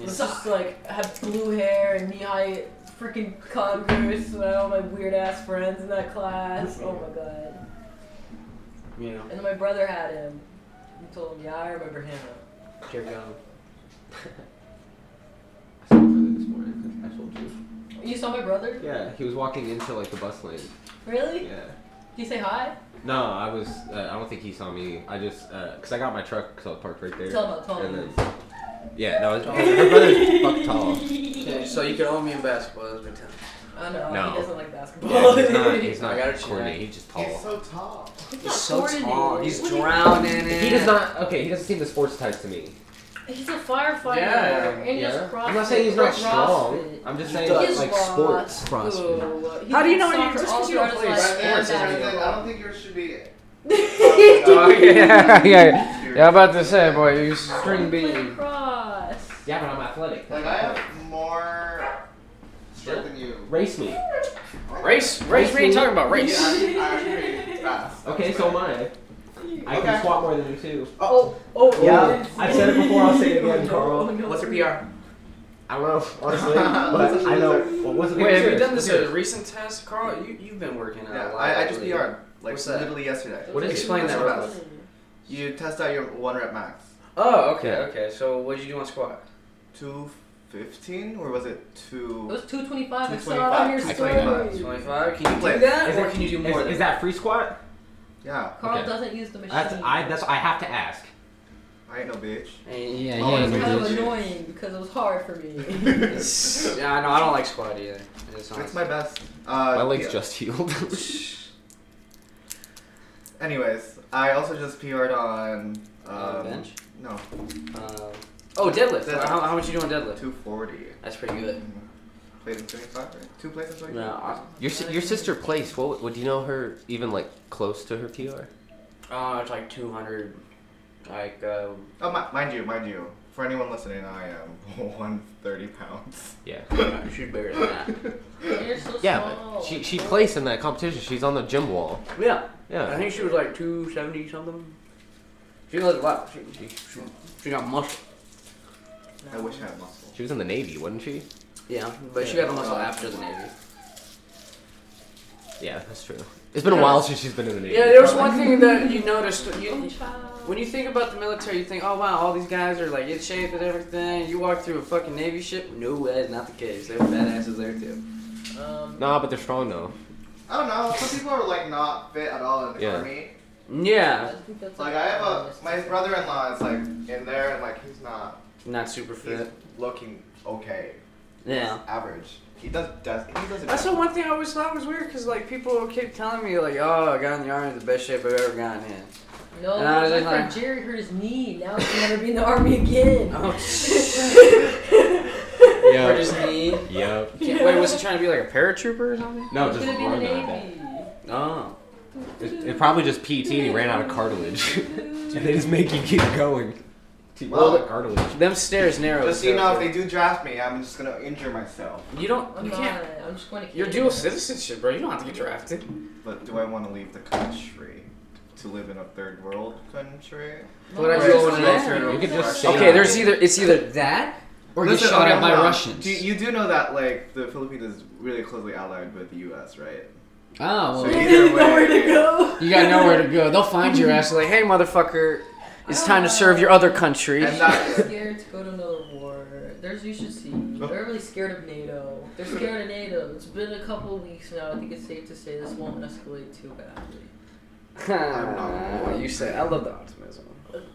C: It's just like, I had blue hair and knee high freaking Converse with all my weird ass friends in that class. Oh my god.
A: You know,
C: And then my brother had him. He told him, yeah, I remember him.
A: here we go.
B: I saw my brother this morning. I told you.
C: You saw my brother?
B: Yeah, he was walking into like the bus lane.
C: Really?
B: Yeah.
C: Did you say hi?
B: No, I was. Uh, I don't think he saw me. I just uh 'cause I got my truck because I was parked right there.
C: Tell him about Tom.
B: And then, yeah, no, her- her brother's fuck tall.
A: Okay, so you can own me in basketball. That's my time.
C: I know,
B: No.
C: he doesn't like basketball.
B: Yeah, he's not. He's
A: I
B: not
A: gotta check.
B: corny. He's just
D: He's
B: tall.
D: so tall.
C: He's
A: He's
C: not
A: so
C: coordinated.
A: tall. He's
C: What do you-
A: drowning in it.
B: He does not. Okay, he doesn't seem the sports type to me.
C: He's a firefighter.
A: Yeah.
C: And he does CrossFit.
B: I'm not saying he's not
C: CrossFit.
B: strong. I'm just
A: He
B: saying
A: does.
C: He's
B: like
C: lost.
B: sports.
C: Ooh. He
A: How do you
C: played
A: know any-
C: soccer
A: just 'cause
C: all
A: you don't
C: throughout
A: play
C: his life
D: Right there,
C: and
A: sports doesn't
D: right
C: basketball.
D: there, I don't think yours should be.
A: Oh, yeah, yeah, yeah. I'm about to say, boy, you string
C: Play
A: bean.
C: cross.
B: Yeah, but I'm athletic.
D: Like I have more strength than you.
B: Race me.
A: Race, race. What are you talking about?
D: Yeah,
A: Race.
D: I'm, I'm pretty fast.
B: Okay, so am I. I
D: Okay.
B: can squat more than you too.
C: Oh, oh,
B: Yeah, I've said it before, I'll say it again, Carl.
A: What's your PR?
B: I don't know, honestly, but I know. Well, what's the
A: Wait, have you done this at a recent test, Carl? You you've been working out a
D: Yeah,
A: lot.
D: I, I just
A: lately.
D: PR'd like
A: What's that?
D: literally yesterday.
A: What is Explain that real quick.
D: You test out your one rep max.
A: Oh, okay,
B: Yeah.
A: okay. So what did you do on squat?
D: Two fifteen or was it
C: It
D: two?
C: was 225. I saw it on your
D: 225.
C: story.
A: Twenty-five. Can you do
D: Wait,
A: that,
B: is
A: or
B: it-
A: can you do more?
B: Is,
A: than
B: is that free squat?
D: Yeah,
C: Carl
B: Okay.
C: doesn't use the machine.
B: That's I. That's I have to ask.
D: I ain't no bitch.
A: Yeah,
C: Oh,
D: yeah,
C: it's
D: yeah.
C: kind of annoying because it was hard for me.
A: It's, yeah, no, I don't like squat either. It's not-
D: It's my best. Uh,
B: My legs
D: yeah.
B: just healed.
D: Anyways, I also just PR'd on. Um,
A: uh, bench.
D: No.
A: Uh, Oh, deadlift.
E: Deadlift.
A: How, how much you doing deadlift?
E: 240.
A: That's pretty good.
E: Played in 25, right? Two plays in 25?
A: No, I-
B: Your si- your sister placed. What would do you know her even like close to her PR?
A: Uh, it's like 200. Like, uh,
E: Oh, mi- mind you, mind you. For anyone listening, I am 130 pounds.
B: Yeah.
A: she's bigger than that.
C: You're so
B: Yeah,
C: small.
B: but she she placed in that competition. She's on the gym wall.
A: Yeah. I
B: Yeah.
A: think she was like 270 something. She looked wow. She, she, she, she got muscle.
E: I wish I had muscle.
B: She was in the Navy, wasn't she?
A: Yeah, but she got muscle after the Navy.
B: Yeah, that's true. It's been a while since she's been in the Navy.
A: Yeah, there was one thing that you noticed. You,
C: Child.
A: when you think about the military, you think, oh wow, all these guys are like in shape and everything. You walk through a fucking Navy ship. No, that is not the case. There were badasses there too.
C: Um,
B: Nah, but they're strong though.
D: I don't know. Some people are like not fit at all in the
B: Yeah.
D: army.
A: Yeah,
C: think that's
D: Like I have a my brother-in-law is like in there and like he's not
A: not super
D: he's
A: fit.
D: looking okay,
A: Yeah.
D: average. He does does he does
A: That's the one thing I always thought was weird because like people keep telling me like, oh, I got in the army the best shape I've ever gotten in.
B: Uh,
C: No,
A: And I was
C: my
A: just
C: friend
A: like-
C: Jerry hurt his knee. Now he'll never be in the army again.
A: Oh,
B: Yeah.
A: Hurt his knee.
B: Yep.
A: Can't- Wait, was he trying to be like a paratrooper or something?
B: No,
C: He's
B: just
C: gonna be in the
B: run like that.
C: navy.
A: Oh.
B: It, it probably just PT. and He ran out of cartilage, and they just make you keep going.
D: Well,
B: Well, cartilage.
A: Them stairs narrow.
D: Just so you know, if
A: so-
D: they do draft me, I'm just gonna injure myself.
A: You don't.
C: I'm
A: You
C: not.
A: can't.
C: I'm just going to.
A: You're
C: Canada.
A: dual citizenship, bro. You don't have to get drafted.
E: But do I want to leave the country to live in a third world country?
A: What I
C: Right.
A: do want
C: Yeah.
A: to answer.
B: You could just say
A: Okay, there's either it's either that or get
E: Listen,
A: shot
E: okay,
A: at by
E: hold on.
A: Russians.
E: Do, you do know that like the Philippines is really closely allied with the U.S., right?
A: oh,
E: So
A: well,
E: either way,
A: you got nowhere to go. They'll find your ass. Like, hey, motherfucker, it's time to serve your other country.
E: And
C: They're
E: that,
C: scared to go to another war. There's you should see. They're really scared of NATO. They're scared of NATO. It's been a couple of weeks now. I think it's safe to say this won't escalate too badly.
A: you said I love the optimism.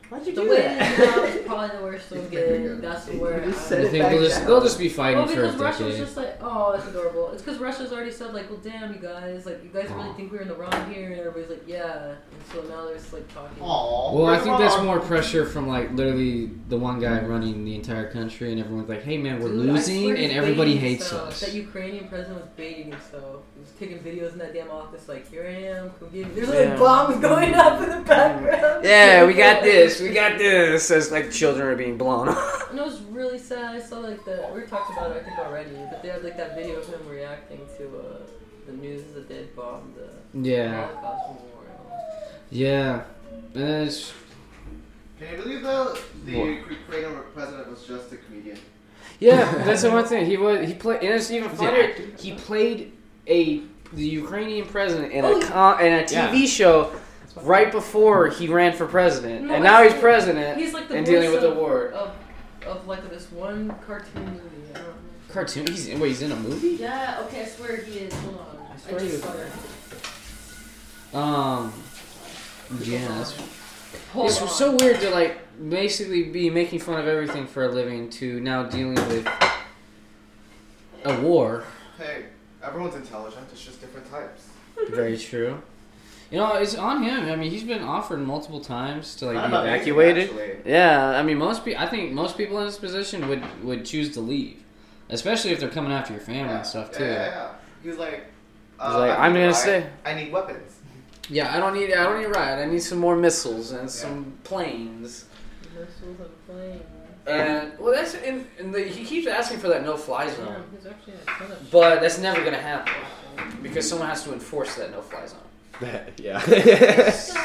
A: Why'd you
C: The way it is now is probably the worst it'll get. That's where.
A: You think they'll just, they'll just be
C: Well,
A: fighting for a
C: because Russia's
A: decade.
C: just like, oh, that's adorable. It's because Russia's already said like, well, damn, you guys, like, you guys really think we were in the wrong here, and everybody's like, yeah. And so now they're just like talking.
D: Aww.
A: Well, I think that's more pressure from like literally the one guy running the entire country, and everyone's like, "Hey, man, we're
C: Dude, I swear
A: losing,"
C: he's
A: and everybody
C: baiting
A: hates
C: himself.
A: us.
C: That Ukrainian president was baiting himself. He was taking videos in that damn office, like, here I am, come get me. There's like
A: Yeah.
C: bombs going up in the background.
A: Yeah, we got this. We got this. As like children are being blown up.
C: And it was really sad. I saw like the we talked about it, I think already, but they had like that video of him reacting to uh, the news that they had bombed the
A: Yeah,
C: Holocaust Memorial.
A: yeah. And then it's
D: Can you believe though the
A: What?
D: Ukrainian president was just a comedian?
A: yeah. That's the one thing he was. He played. And it's even
B: he an
A: funnier. He played a the Ukrainian president in a
C: Oh,
A: con, in a TV show right before he ran for president,
C: No,
A: and now
C: I-
A: he's president
C: He's like the
A: and dealing
C: voice
A: with the
C: of-
A: war.
C: Of, of like this one cartoon movie. I don't know.
A: Cartoon. He's wait. He's in a movie.
C: Yeah, okay, I swear he is. Hold on.
A: I swear
C: just
A: he was-
C: saw it.
A: Um. Yeah. That's
C: Hold
A: it's
C: on.
A: so weird to like basically be making fun of everything for a living to now dealing with a war.
D: Hey, everyone's intelligent. It's just different types.
A: Very true. You know, it's on him. I mean, he's been offered multiple times to like
E: Not
A: be
E: about me,
A: evacuated.
E: actually.
A: Yeah, I mean, most people. I think most people in this position would would choose to leave, especially if they're coming after your family
D: yeah.
A: and stuff
D: yeah,
A: too.
D: Yeah,
A: Yeah,
D: yeah. He was like, uh,
A: like,
D: I
A: I'm
D: need
A: gonna
D: riot.
A: stay.
D: I need weapons.
A: I don't need. I don't need a riot. I need some more missiles and
D: Yeah.
A: some planes.
C: Missiles and planes.
A: And well, that's and, and the, he keeps asking for that no fly zone.
C: Damn, he's actually in a ton of
A: But that's never gonna happen because someone has to enforce that no-fly zone.
B: yeah.
C: shit.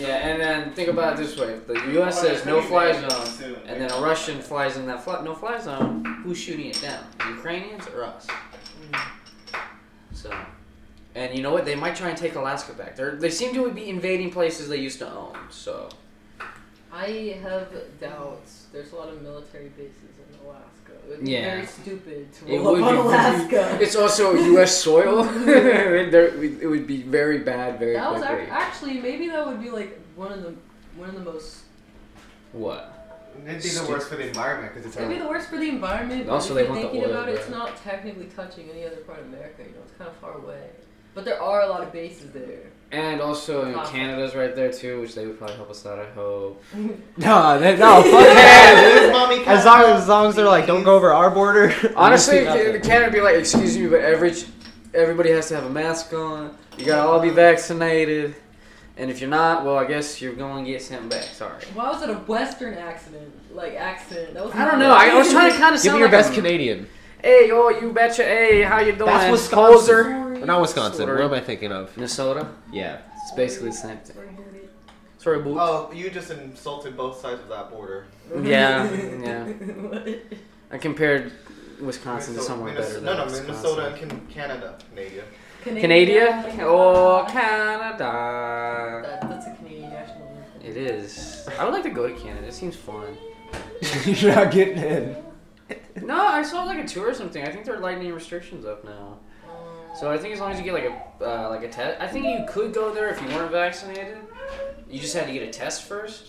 A: Yeah, and then think about it this way: if the U.S. says no-fly zone, and then a Russian flies in that fly, no-fly zone. Who's shooting it down? The Ukrainians or us? So, and you know what? They might try and take Alaska back. They they seem to be invading places they used to own. So
C: I have doubts. There's a lot of military bases in Alaska. It would be
A: Yeah.
C: very stupid to
A: It
C: roll
A: would
C: up on
A: be-
C: Alaska.
A: it's also U.S. soil. There- it would be very bad, very
C: that was ac-
A: quickly.
C: actually maybe that would be like one of the one of the most
A: What?
D: It'd be the worst for the environment because it's
C: It'd be
D: our.
C: the worst for the environment. But
A: Also,
C: if
A: they
C: you're
A: want the
C: thinking
A: oil,
C: about it,
A: bro.
C: it's not technically touching any other part of America. You know, it's kind of far away. But there are a lot of bases there.
A: And also, you know,
C: Awesome.
A: Canada's right there too, which they would probably help us out. I hope.
F: No, they, no, fuck Canada, dude. As long as, as long as they're like, don't go over our border.
A: Honestly,
F: we don't see
A: Ca-
F: nothing.
A: Canada would be like, excuse me, but every everybody has to have a mask on. You gotta all be vaccinated, and if you're not, well, I guess you're going to get sent back. Sorry.
C: Why was it a Western accident? Like accident? That was
A: I don't know. I, I was trying to kind of
F: give
A: sound
F: me your
A: like
F: best
A: a-
F: Canadian.
A: Hey, yo, you betcha. Hey, how you doing?
F: That's
A: Poser.
F: Wisconsin.
B: Or not Wisconsin.
A: Sorry.
B: What am I thinking of?
A: Minnesota.
F: Yeah.
A: It's basically the same thing.
C: Sorry,
A: Sorry, boo.
E: Oh, you just insulted both sides of that border.
A: Yeah, yeah.
C: what?
A: I compared Wisconsin to somewhere
E: Minnesota-
A: better. Than
E: No, no,
A: Wisconsin.
E: Minnesota and Can- Canada, Canada.
A: Canada? Oh,
C: Canada.
A: Canada.
C: That, that's a Canadian national anthem.
A: It is. I would like to go to Canada. It seems fun.
F: You're not getting in.
A: No, I saw like a tourism thing. I think they're lightening restrictions up now.
C: Um,
A: So I think as long as you get like a uh, like a test, I think you could go there if you weren't vaccinated. You just had to get a test first.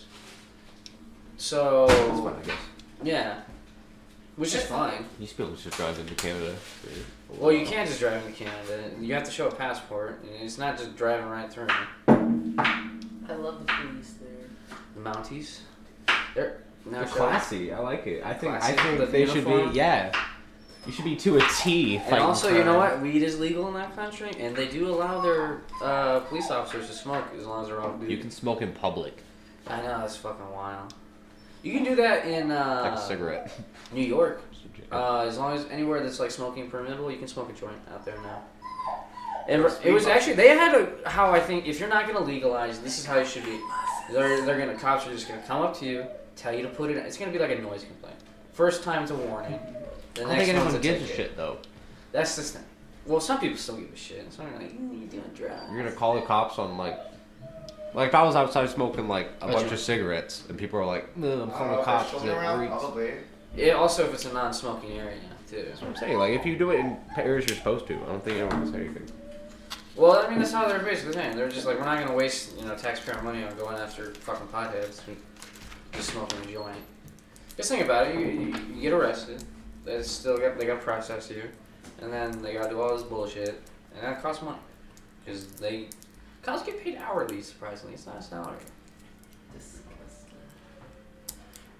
A: So
F: That's fine, I guess.
A: yeah, which is fine.
B: You still just drive into Canada.
A: Well, you can't just drive into Canada. You have to show a passport. and It's not just driving right through
C: I love the police there.
A: the Mounties. They're now
F: They're classy. I like it. I think
A: Classy
F: I think
A: with
F: they should
A: uniform.
F: be. Yeah. You should be to a T.
A: And
F: fighting
A: also, you know
F: crime.
A: what? Weed is legal in that country, and they do allow their uh, police officers to smoke as long as they're off duty.
B: You can smoke in public,
A: I know that's fucking wild. You can do that in uh,
B: like a cigarette.
A: New York. Uh, as long as anywhere that's like smoking permissible, you can smoke a joint out there now. And it was actually they had a how I think if you're not gonna legalize, this is how you should be. They're they're gonna cops are just gonna come up to you, tell you to put it. It's gonna be like a noise complaint. First time's a warning. The
B: I don't think
A: one's
B: anyone gives a
A: ticket.
B: shit though.
A: That's the thing. Well, some people still give a shit. and Some are like, mm, you're doing drugs.
B: You're gonna call the cops on like, like if I was outside smoking like a
A: Gotcha.
B: bunch of cigarettes and people are like, no, I'm calling the
D: Uh,
B: cops.
D: shoulder
B: It
D: around,
B: reeks.
D: Probably.
A: Yeah, also, if it's a non-smoking area too.
B: That's what I'm saying. Like if you do it in areas you're supposed to, I don't think anyone can say anything.
A: Well, I mean, that's how they're basically saying. They're just like, we're not gonna waste, you know, taxpayer money on going after fucking potheads who just smoking a joint. Just think about it. You, you, you get arrested. They still got they got to process you, and then they gotta do all this bullshit, and that costs money, because they cops get paid hourly. Surprisingly, it's not a salary.
C: Disgusting.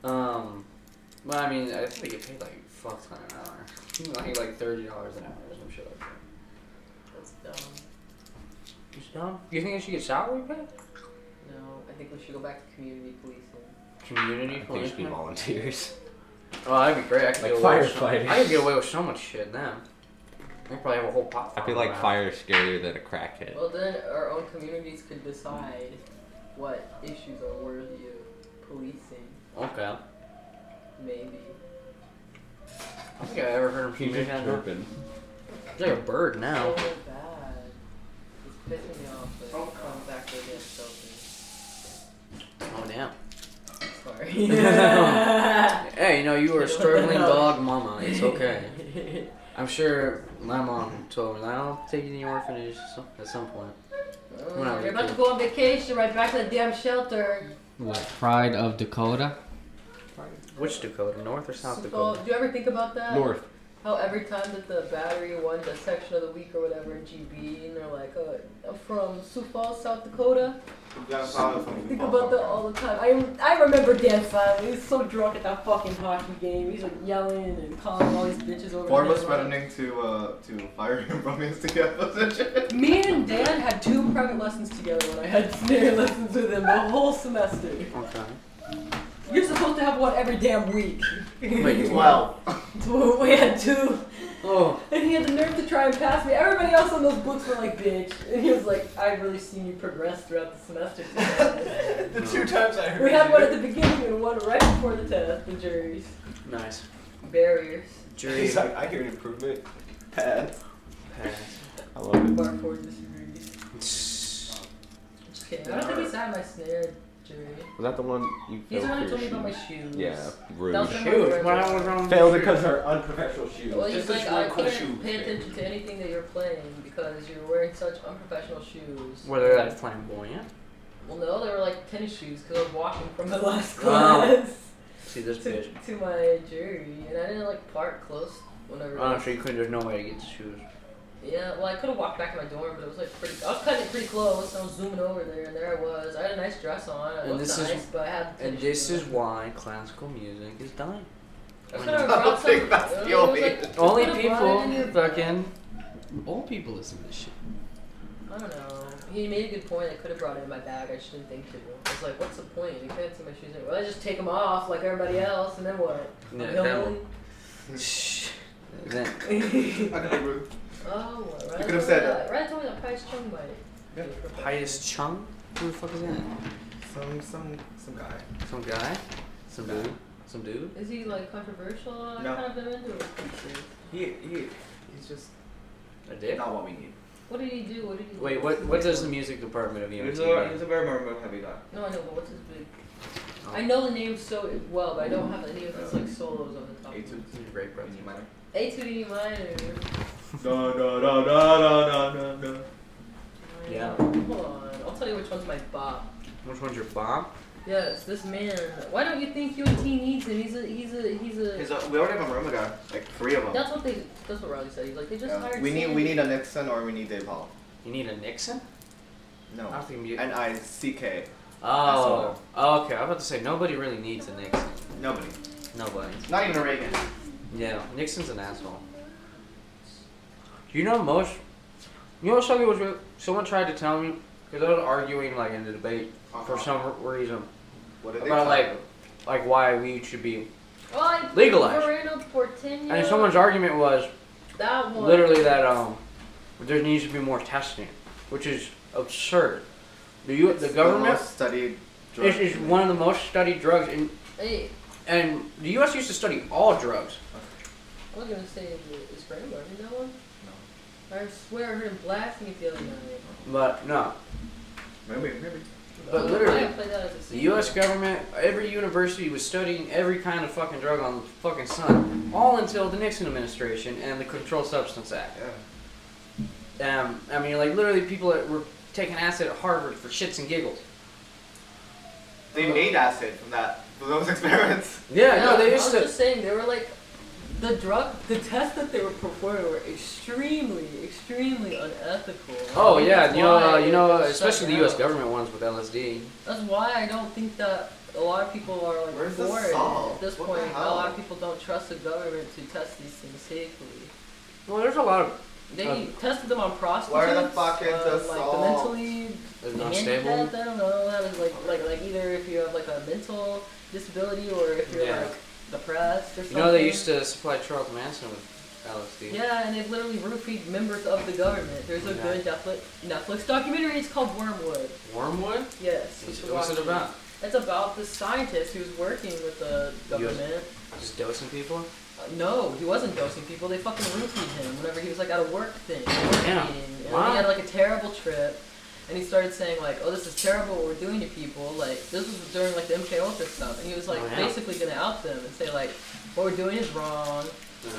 A: Um, well, I mean, I think they get paid like fuck ton an hour, like like thirty dollars an hour or some shit like that.
C: That's dumb.
A: You dumb? You think they should get salary pay?
C: No, I think we should go back to community policing.
A: Community
B: I think you should be
A: policeman?
B: volunteers.
A: Oh, that'd be great. I could get
F: Like
A: away with so-
F: firefighters.
A: I could get away with so much shit now. They probably have a whole pot.
B: I feel
A: farm
B: like
A: around.
B: fire is scarier than a crackhead.
C: Well, then our own communities could decide what issues are worthy of policing,
A: Okay.
C: maybe.
A: I don't think I ever heard of community handbook. It's like a bird now.
C: So Oh, bad. It's pissing me off, but I'll come back to it something.
A: Oh damn.
C: Sorry.
A: Hey, you know you were a struggling dog mama. It's okay. I'm sure my mom told me I'll take you to the orphanage some- at some point. We're not
C: We're about to
A: leaving.
C: go on vacation right back to the damn shelter.
A: What? Pride of Dakota. Which Dakota? North or South
C: So,
A: Dakota?
C: do you ever think about that?
B: North.
C: How every time that the battery won the section of the week or whatever in GB, and they're like, oh, I'm from Sioux Falls, South Dakota.
D: We've got a problem with
C: Think
D: football.
C: about that all the time. I, I remember Dan Silent. He was so drunk at that fucking hockey game. He was like yelling and calling all these bitches over.
E: Four of us
C: him.
E: threatening to uh, to fire him from his TF position.
C: Me and Dan had two private lessons together when I had snare lessons with him the whole semester.
A: Okay.
C: You're supposed to have one every damn week.
A: Wait,
D: Wow.
C: we had two.
A: Oh.
C: And he had the nerve to try and pass me. Everybody else on those books were like, bitch. And he was like, I've really seen you progress throughout the semester.
E: the two times I heard
C: we had
E: you.
C: one at the beginning and one right before the test, the juries.
A: Nice.
C: Barriers.
A: Jury.
E: like, I hear an improvement. Pass.
F: I love it.
C: Bar four disagrees.
A: Pass.
C: Just kidding. I don't think he's had my snare jury.
F: Was that the one you
C: He's the
F: failed
C: one who
F: for
C: told me
F: your
C: about my
F: shoes?
C: shoes.
B: Yeah, rude.
C: That was
A: Shoot, when I was on
F: Failed because our unprofessional shoes.
C: Well, he's
D: Just
C: like,
D: this
C: I
D: one cool
C: couldn't
D: shoe.
C: pay attention to anything that you're playing because you're wearing such unprofessional shoes.
A: Were they like flamboyant?
C: Well, no, they were like tennis shoes because I was walking from the
A: Oh.
C: last
A: Wow.
C: class
A: See this
C: to,
A: bitch.
C: to my jury, and I didn't like park close whenever.
A: Oh, so you couldn't. There's no way to get the shoes.
C: Yeah, well, I could have walked back to my dorm, but it was like pretty. I was cutting it pretty close, and I was zooming over there, and there I was. I had a nice dress on. I
A: And
C: looked
A: this is-
C: nice, but I had.
A: And this is why classical music is dying.
C: That's what I
D: I don't
C: brought
D: think
C: some-
D: that's the
C: it was
D: only-
C: like-
A: Only
C: What a
A: people,
C: vibe.
A: fucking old people listen to this shit.
C: I don't know. He made a good point. I could have brought it in my bag. I just didn't think to. I was like, what's the point? You can't see my shoes. Well, I just take them off like everybody else, and then what? I'm
A: Yeah,
C: lonely.
A: Shh. Then,
C: Oh, what? Ryan
D: could have
C: told me
D: said
C: that. Ryan told me that Pius Chung might.
A: Pius Chung? Who the fuck is that?
E: Some some some guy.
A: Some guy? Some dude? Some dude?
C: Is he like controversial? I
E: No.
C: kind of been into it.
E: He he he's just
A: A dick?
E: not what we need.
C: What did he do? What did he do?
A: Wait, what what does the music department of E
E: He
A: UMT
E: was
A: do?
E: a he was a very Mormon heavy guy.
C: No, I know, but what's his big?
A: Oh.
C: I know the name so well, but I don't have any of his like solos on the top.
E: A two great brother. Minor.
C: A to D minor.
E: No no no no no no no no.
A: Yeah.
C: Hold on, I'll tell you which one's my bop.
A: Which one's your bomb?
C: Yes, this man. Why don't you think UNT needs him? He's a he's a he's a.
D: He's a- we already have a Mormon guy, like three of them.
C: that's what they. That's what Riley said. He's like they just
H: Yeah.
C: hired.
H: We need
C: Sam.
H: we need a Nixon or we need Dave Hall.
A: You need a Nixon? I
H: No.
A: don't think you.
H: N I C K.
A: Oh, oh, okay. I'm about to say nobody really needs a Nixon.
H: Nobody.
A: Nobody.
D: Not even a Reagan.
A: Yeah, Nixon's an asshole. You know most. You know something was real- someone tried to tell me because I was arguing like in the debate for some r- reason
D: What did they
A: about
D: talk
A: like
D: about?
A: like why weed should be.
C: Oh, I-
A: Legalize.
C: Moreno Porteño.
A: And someone's argument was
C: that one.
A: literally that um there needs to be more testing, which is absurd. The U- the government
H: studied
A: is, is one of the most studied drugs in
C: Hey,
A: and the U.S. used to study all drugs.
C: I was gonna say is is Brandon Martin that one? No. I swear I heard him blasting it the other night.
A: But no,
E: Maybe maybe.
A: But
C: Oh,
A: literally,
C: I haven't played that as a
A: the
C: senior.
A: U.S. government, every university was studying every kind of fucking drug on the fucking sun, all until the Nixon administration and the Controlled Substance Act. Um, I mean, like literally, people that were taking acid at Harvard for shits and giggles.
D: They made acid from that from those experiments.
A: Yeah,
C: Yeah,
A: no, they
C: I
A: used
C: was
A: to.
C: just saying they were like the drug, the tests that they were performing were extremely, extremely unethical.
A: Oh
C: I think
A: yeah,
C: that's
A: you know, uh,
C: why
A: you know,
C: it was shut
A: especially the U.S.
C: down.
A: government ones with LSD.
C: That's why I don't think that a lot of people are like
D: Where's this
C: for it
D: salt?
C: at this
D: What the
C: point. A
D: hell?
C: lot of people don't trust the government to test these things safely.
A: Well, there's a lot of
C: They
A: Uh,
C: tested them on prostitutes.
D: where the fuck is
C: uh,
D: the
C: like
D: salt?
C: the mentally
A: there's unstable.
C: handicapped. I don't know. That was like like like either if you have like a mental disability or if you're
A: Yeah.
C: like depressed or
A: You
C: something.
A: know, they used to supply Charles Manson with LSD.
C: Yeah, and they've literally roofied members of the government. There's a
A: Yeah.
C: good Netflix, Netflix documentary. It's called Wormwood.
A: Wormwood?
C: Yes. you should
A: What's
C: watch
A: it about?
C: It's about this scientist who was working with the government.
A: Just dosing people?
C: Uh, no, he wasn't dosing people. They fucking roofied him whenever he was like at a work thing. work
A: Yeah.
C: meeting, And
A: Wow.
C: he had like a terrible trip. And he started saying like, "Oh, this is terrible. What we're doing to people." Like this was during like the MK Ultra stuff, and he was like
A: Oh, yeah.
C: basically gonna out them and say like, "What we're doing is wrong.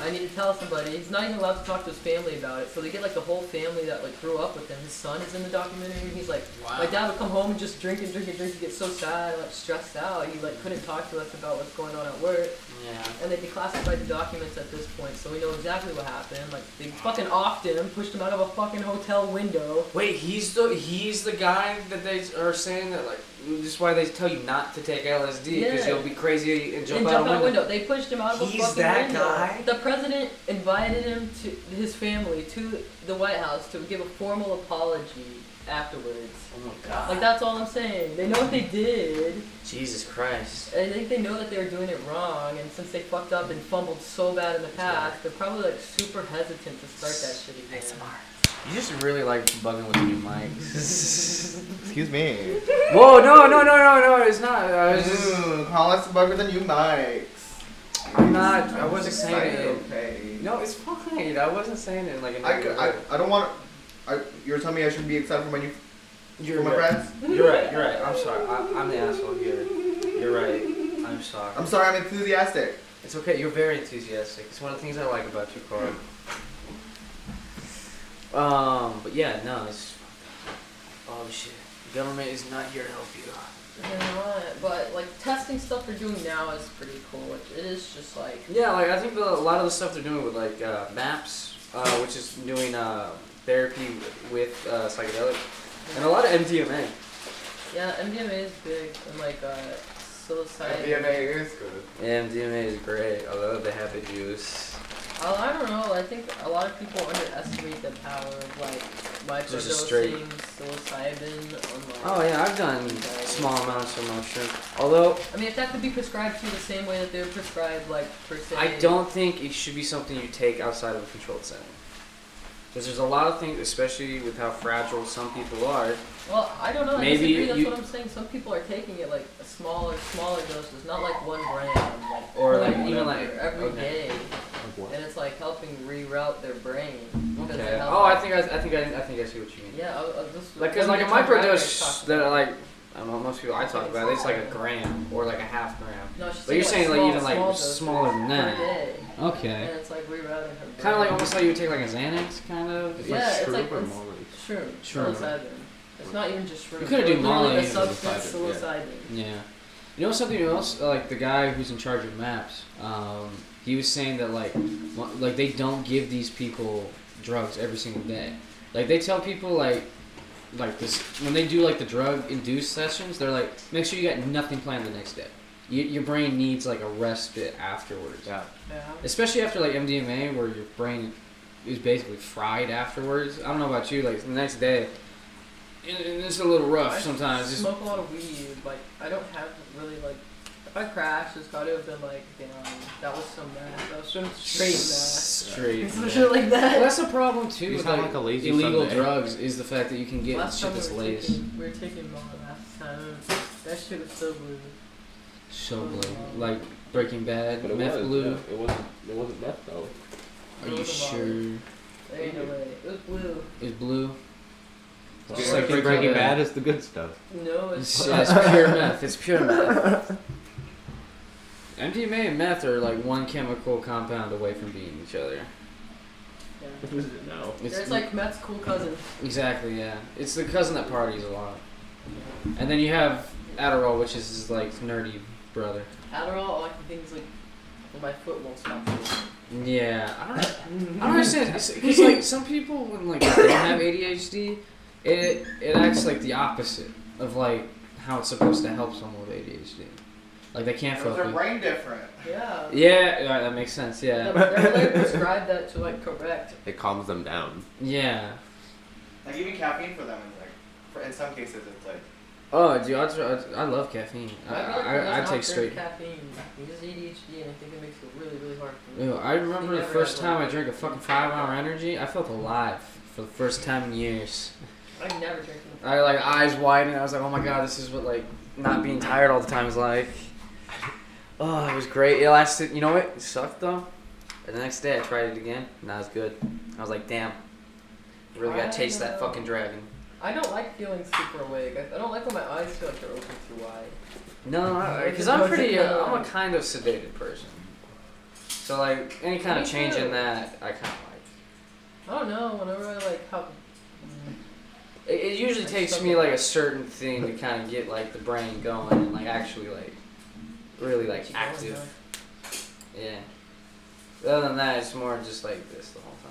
C: I need to tell somebody." He's not even allowed to talk to his family about it. So they get like the whole family that like grew up with him. His son is in the documentary, and he's like,
A: Wow.
C: "My dad would come home and just drink and drink and drink. He get so sad, like stressed out. He like couldn't talk to us about what's going on at work."
A: Yeah.
C: and they declassified the documents at this point, so we know exactly what happened. Like they fucking offed him, pushed him out of a fucking hotel window.
A: Wait, he's the he's the guy that they are saying that like this is why they tell you not to take LSD because
C: Yeah.
A: you'll be crazy and jump
C: and
A: out
C: jump
A: a window.
C: They pushed him out of
A: He's
C: a fucking
A: that
C: window.
A: guy?
C: The president invited him to his family to the White House to give a formal apology afterwards.
A: Oh my god!
C: Like that's all I'm saying. They know what they did.
A: Jesus Christ!
C: I think they know that they were doing it wrong, and since they fucked up and fumbled so bad in the past, they're probably like super hesitant to start that shit again.
A: You just really like bugging with the new mics.
H: Excuse me.
A: Whoa! No! No! No! No! No! It's not. I was just
H: Ooh, call us bugger than you mics.
A: I'm not. I wasn't saying
H: Excited,
A: it.
H: okay.
A: No, it's fine. I wasn't saying it in like. a
H: I,
A: negative
H: I,
A: way.
H: I don't want. I, you're telling me I shouldn't be excited for my new
A: You're
H: for my
A: right.
H: friends.
A: You're right. You're right. I'm sorry. I, I'm the asshole here. You're right. I'm sorry.
H: I'm sorry, I'm enthusiastic.
A: It's okay. You're very enthusiastic. It's one of the things I like about you, Carl. Um, but yeah, no, it's oh shit. Government is not here to help you.
C: They're not, but like testing stuff they're doing now is pretty cool. It, it is just like
A: Yeah, like I think the, a lot of the stuff they're doing with like uh, maps uh, which is doing uh, therapy with uh, psychedelics, and a lot of MDMA.
C: Yeah, MDMA is big and like uh, psilocybin.
E: MDMA is good.
A: Yeah, MDMA is great. I love the happy juice.
C: I, I don't know. I think a lot of people underestimate the power of like
A: Just a straight-
C: microdosing psilocybin. On,
A: Oh
C: like,
A: yeah, I've done small amounts of mushroom. Although
C: I mean, if that could be prescribed to you the same way that they're prescribed, like per se.
A: I don't think it should be something you take outside of a controlled setting. Because there's a lot of things, especially with how fragile some people are.
C: Well, I don't know. I
A: Maybe
C: disagree. That's
A: you-
C: what I'm saying. Some people are taking it like a smaller, smaller doses, not like one gram, like
A: Or, like,
C: whatever,
A: even, like-
C: every
A: okay.
C: day, and it's like helping reroute their brain. because they
A: Okay.
C: have,
A: Oh, I
C: like-
A: think I, I think I, I think I see what you mean.
C: Yeah, I, I just
A: Like, cause
C: when
A: like a
C: we talk about it,
A: microdose
C: I
A: that
C: talk-
A: I like, I don't know, most people I talk about, it's like a gram or like a half gram.
C: No, she's
A: But you're saying like
C: small-
A: even
C: small
A: like
C: doses
A: smaller than
C: per
A: that.
C: day, and
A: Okay.
C: it's like rerouting her.
A: Kind of like
C: brain.
A: almost like you would take like a Xanax, kind of.
C: Yeah, it's like
E: or
C: it's-
E: Molly?
C: shroom,
A: Shroom.
C: psilocybin. It's not even just shroom.
A: You could've
C: They're
A: done
C: literally
A: Molly
C: The
A: and
C: substance
E: psilocybin,
C: psilocybin.
A: Yeah. You know something else? Like the guy who's in charge of maps, um, he was saying that like, mo- like they don't give these people drugs every single day. Like they tell people like, like this when they do like the drug induced sessions, they're like, make sure you got nothing planned the next day. You, your brain needs like a respite afterwards.
F: Yeah.
C: Yeah.
A: Especially after like MDMA, where your brain is basically fried afterwards. I don't know about you, like the next day, and, and it's a little rough
C: I
A: sometimes. Just
C: smoke a lot of weed. Like I don't have really like. If I crashed, it's got to have been like, damn, that was some mess. That was some straight mess.
A: Straight.
C: Some
A: meth.
C: shit like that.
A: uh, Well, that's the problem too.
F: You
A: with,
F: sound like a lazy
A: illegal
F: Sunday.
A: drugs is the fact that you can get
C: last
A: shit
C: time
A: that's
C: we were
A: laced.
C: taking, we were taking more last time. That shit was so blue.
A: So blue, like Breaking Bad,
E: But it
A: meth
E: was,
A: blue.
E: yeah, It wasn't. It wasn't meth though.
A: Are you sure?
C: There ain't no way. It was blue.
A: Is blue?
C: It's
A: Just
C: like
A: like Breaking Bad.
F: is the good stuff.
C: No,
A: It's,
C: it's
A: yeah, it's pure meth. It's pure meth. MDMA and meth are like one chemical compound away from being each other.
C: Yeah.
E: no.
A: It's
C: There's like Matt's cool cousin.
A: exactly yeah. It's the cousin that parties a lot, and then you have Adderall, which is his like nerdy brother.
C: Adderall, all I can think is like, well, my foot won't stop. moving.
A: Yeah, I don't, I don't understand. It's, it's like some people when like they don't have ADHD, it it acts like the opposite of like how it's supposed to help someone with ADHD. Like they can't
H: Those are
A: focus.
H: brain different.
C: Yeah.
A: Yeah, yeah, that makes sense. Yeah,
C: They're like prescribed that to like correct.
F: It calms them down.
A: yeah.
D: Like even caffeine for them is like, for, in some cases it's like.
A: Oh, dude, I, tr- I I love caffeine. I
C: feel like
A: I,
C: that's
A: I, I
C: not
A: take
C: good
A: straight.
C: Caffeine. You just ADHD, and I think it makes it really, really hard for me.
A: Ew, I remember the
C: never
A: first
C: had
A: time
C: one.
A: I drank a fucking five hour energy. I felt alive for the first time in years.
C: I never drink them.
A: I like eyes wide and I was like, oh my god, this is what like not being tired all the time is like. Oh, it was great. It lasted. You know what? It sucked though. And the next day I tried it again. Not as good. I was like, damn. Really gotta taste that fucking dragon.
C: I don't like feeling super awake. I, I don't like when my eyes feel like they're open too wide.
A: No, because I'm pretty. Uh, I'm a kind of sedated person. So like any kind of change in that, I kind of like.
C: I don't know. Whenever I like have
A: Mm, It, it usually takes me like a certain thing to kind of get like the brain going and like actually like really like active. Yeah. Other than that, it's more just like this the whole time.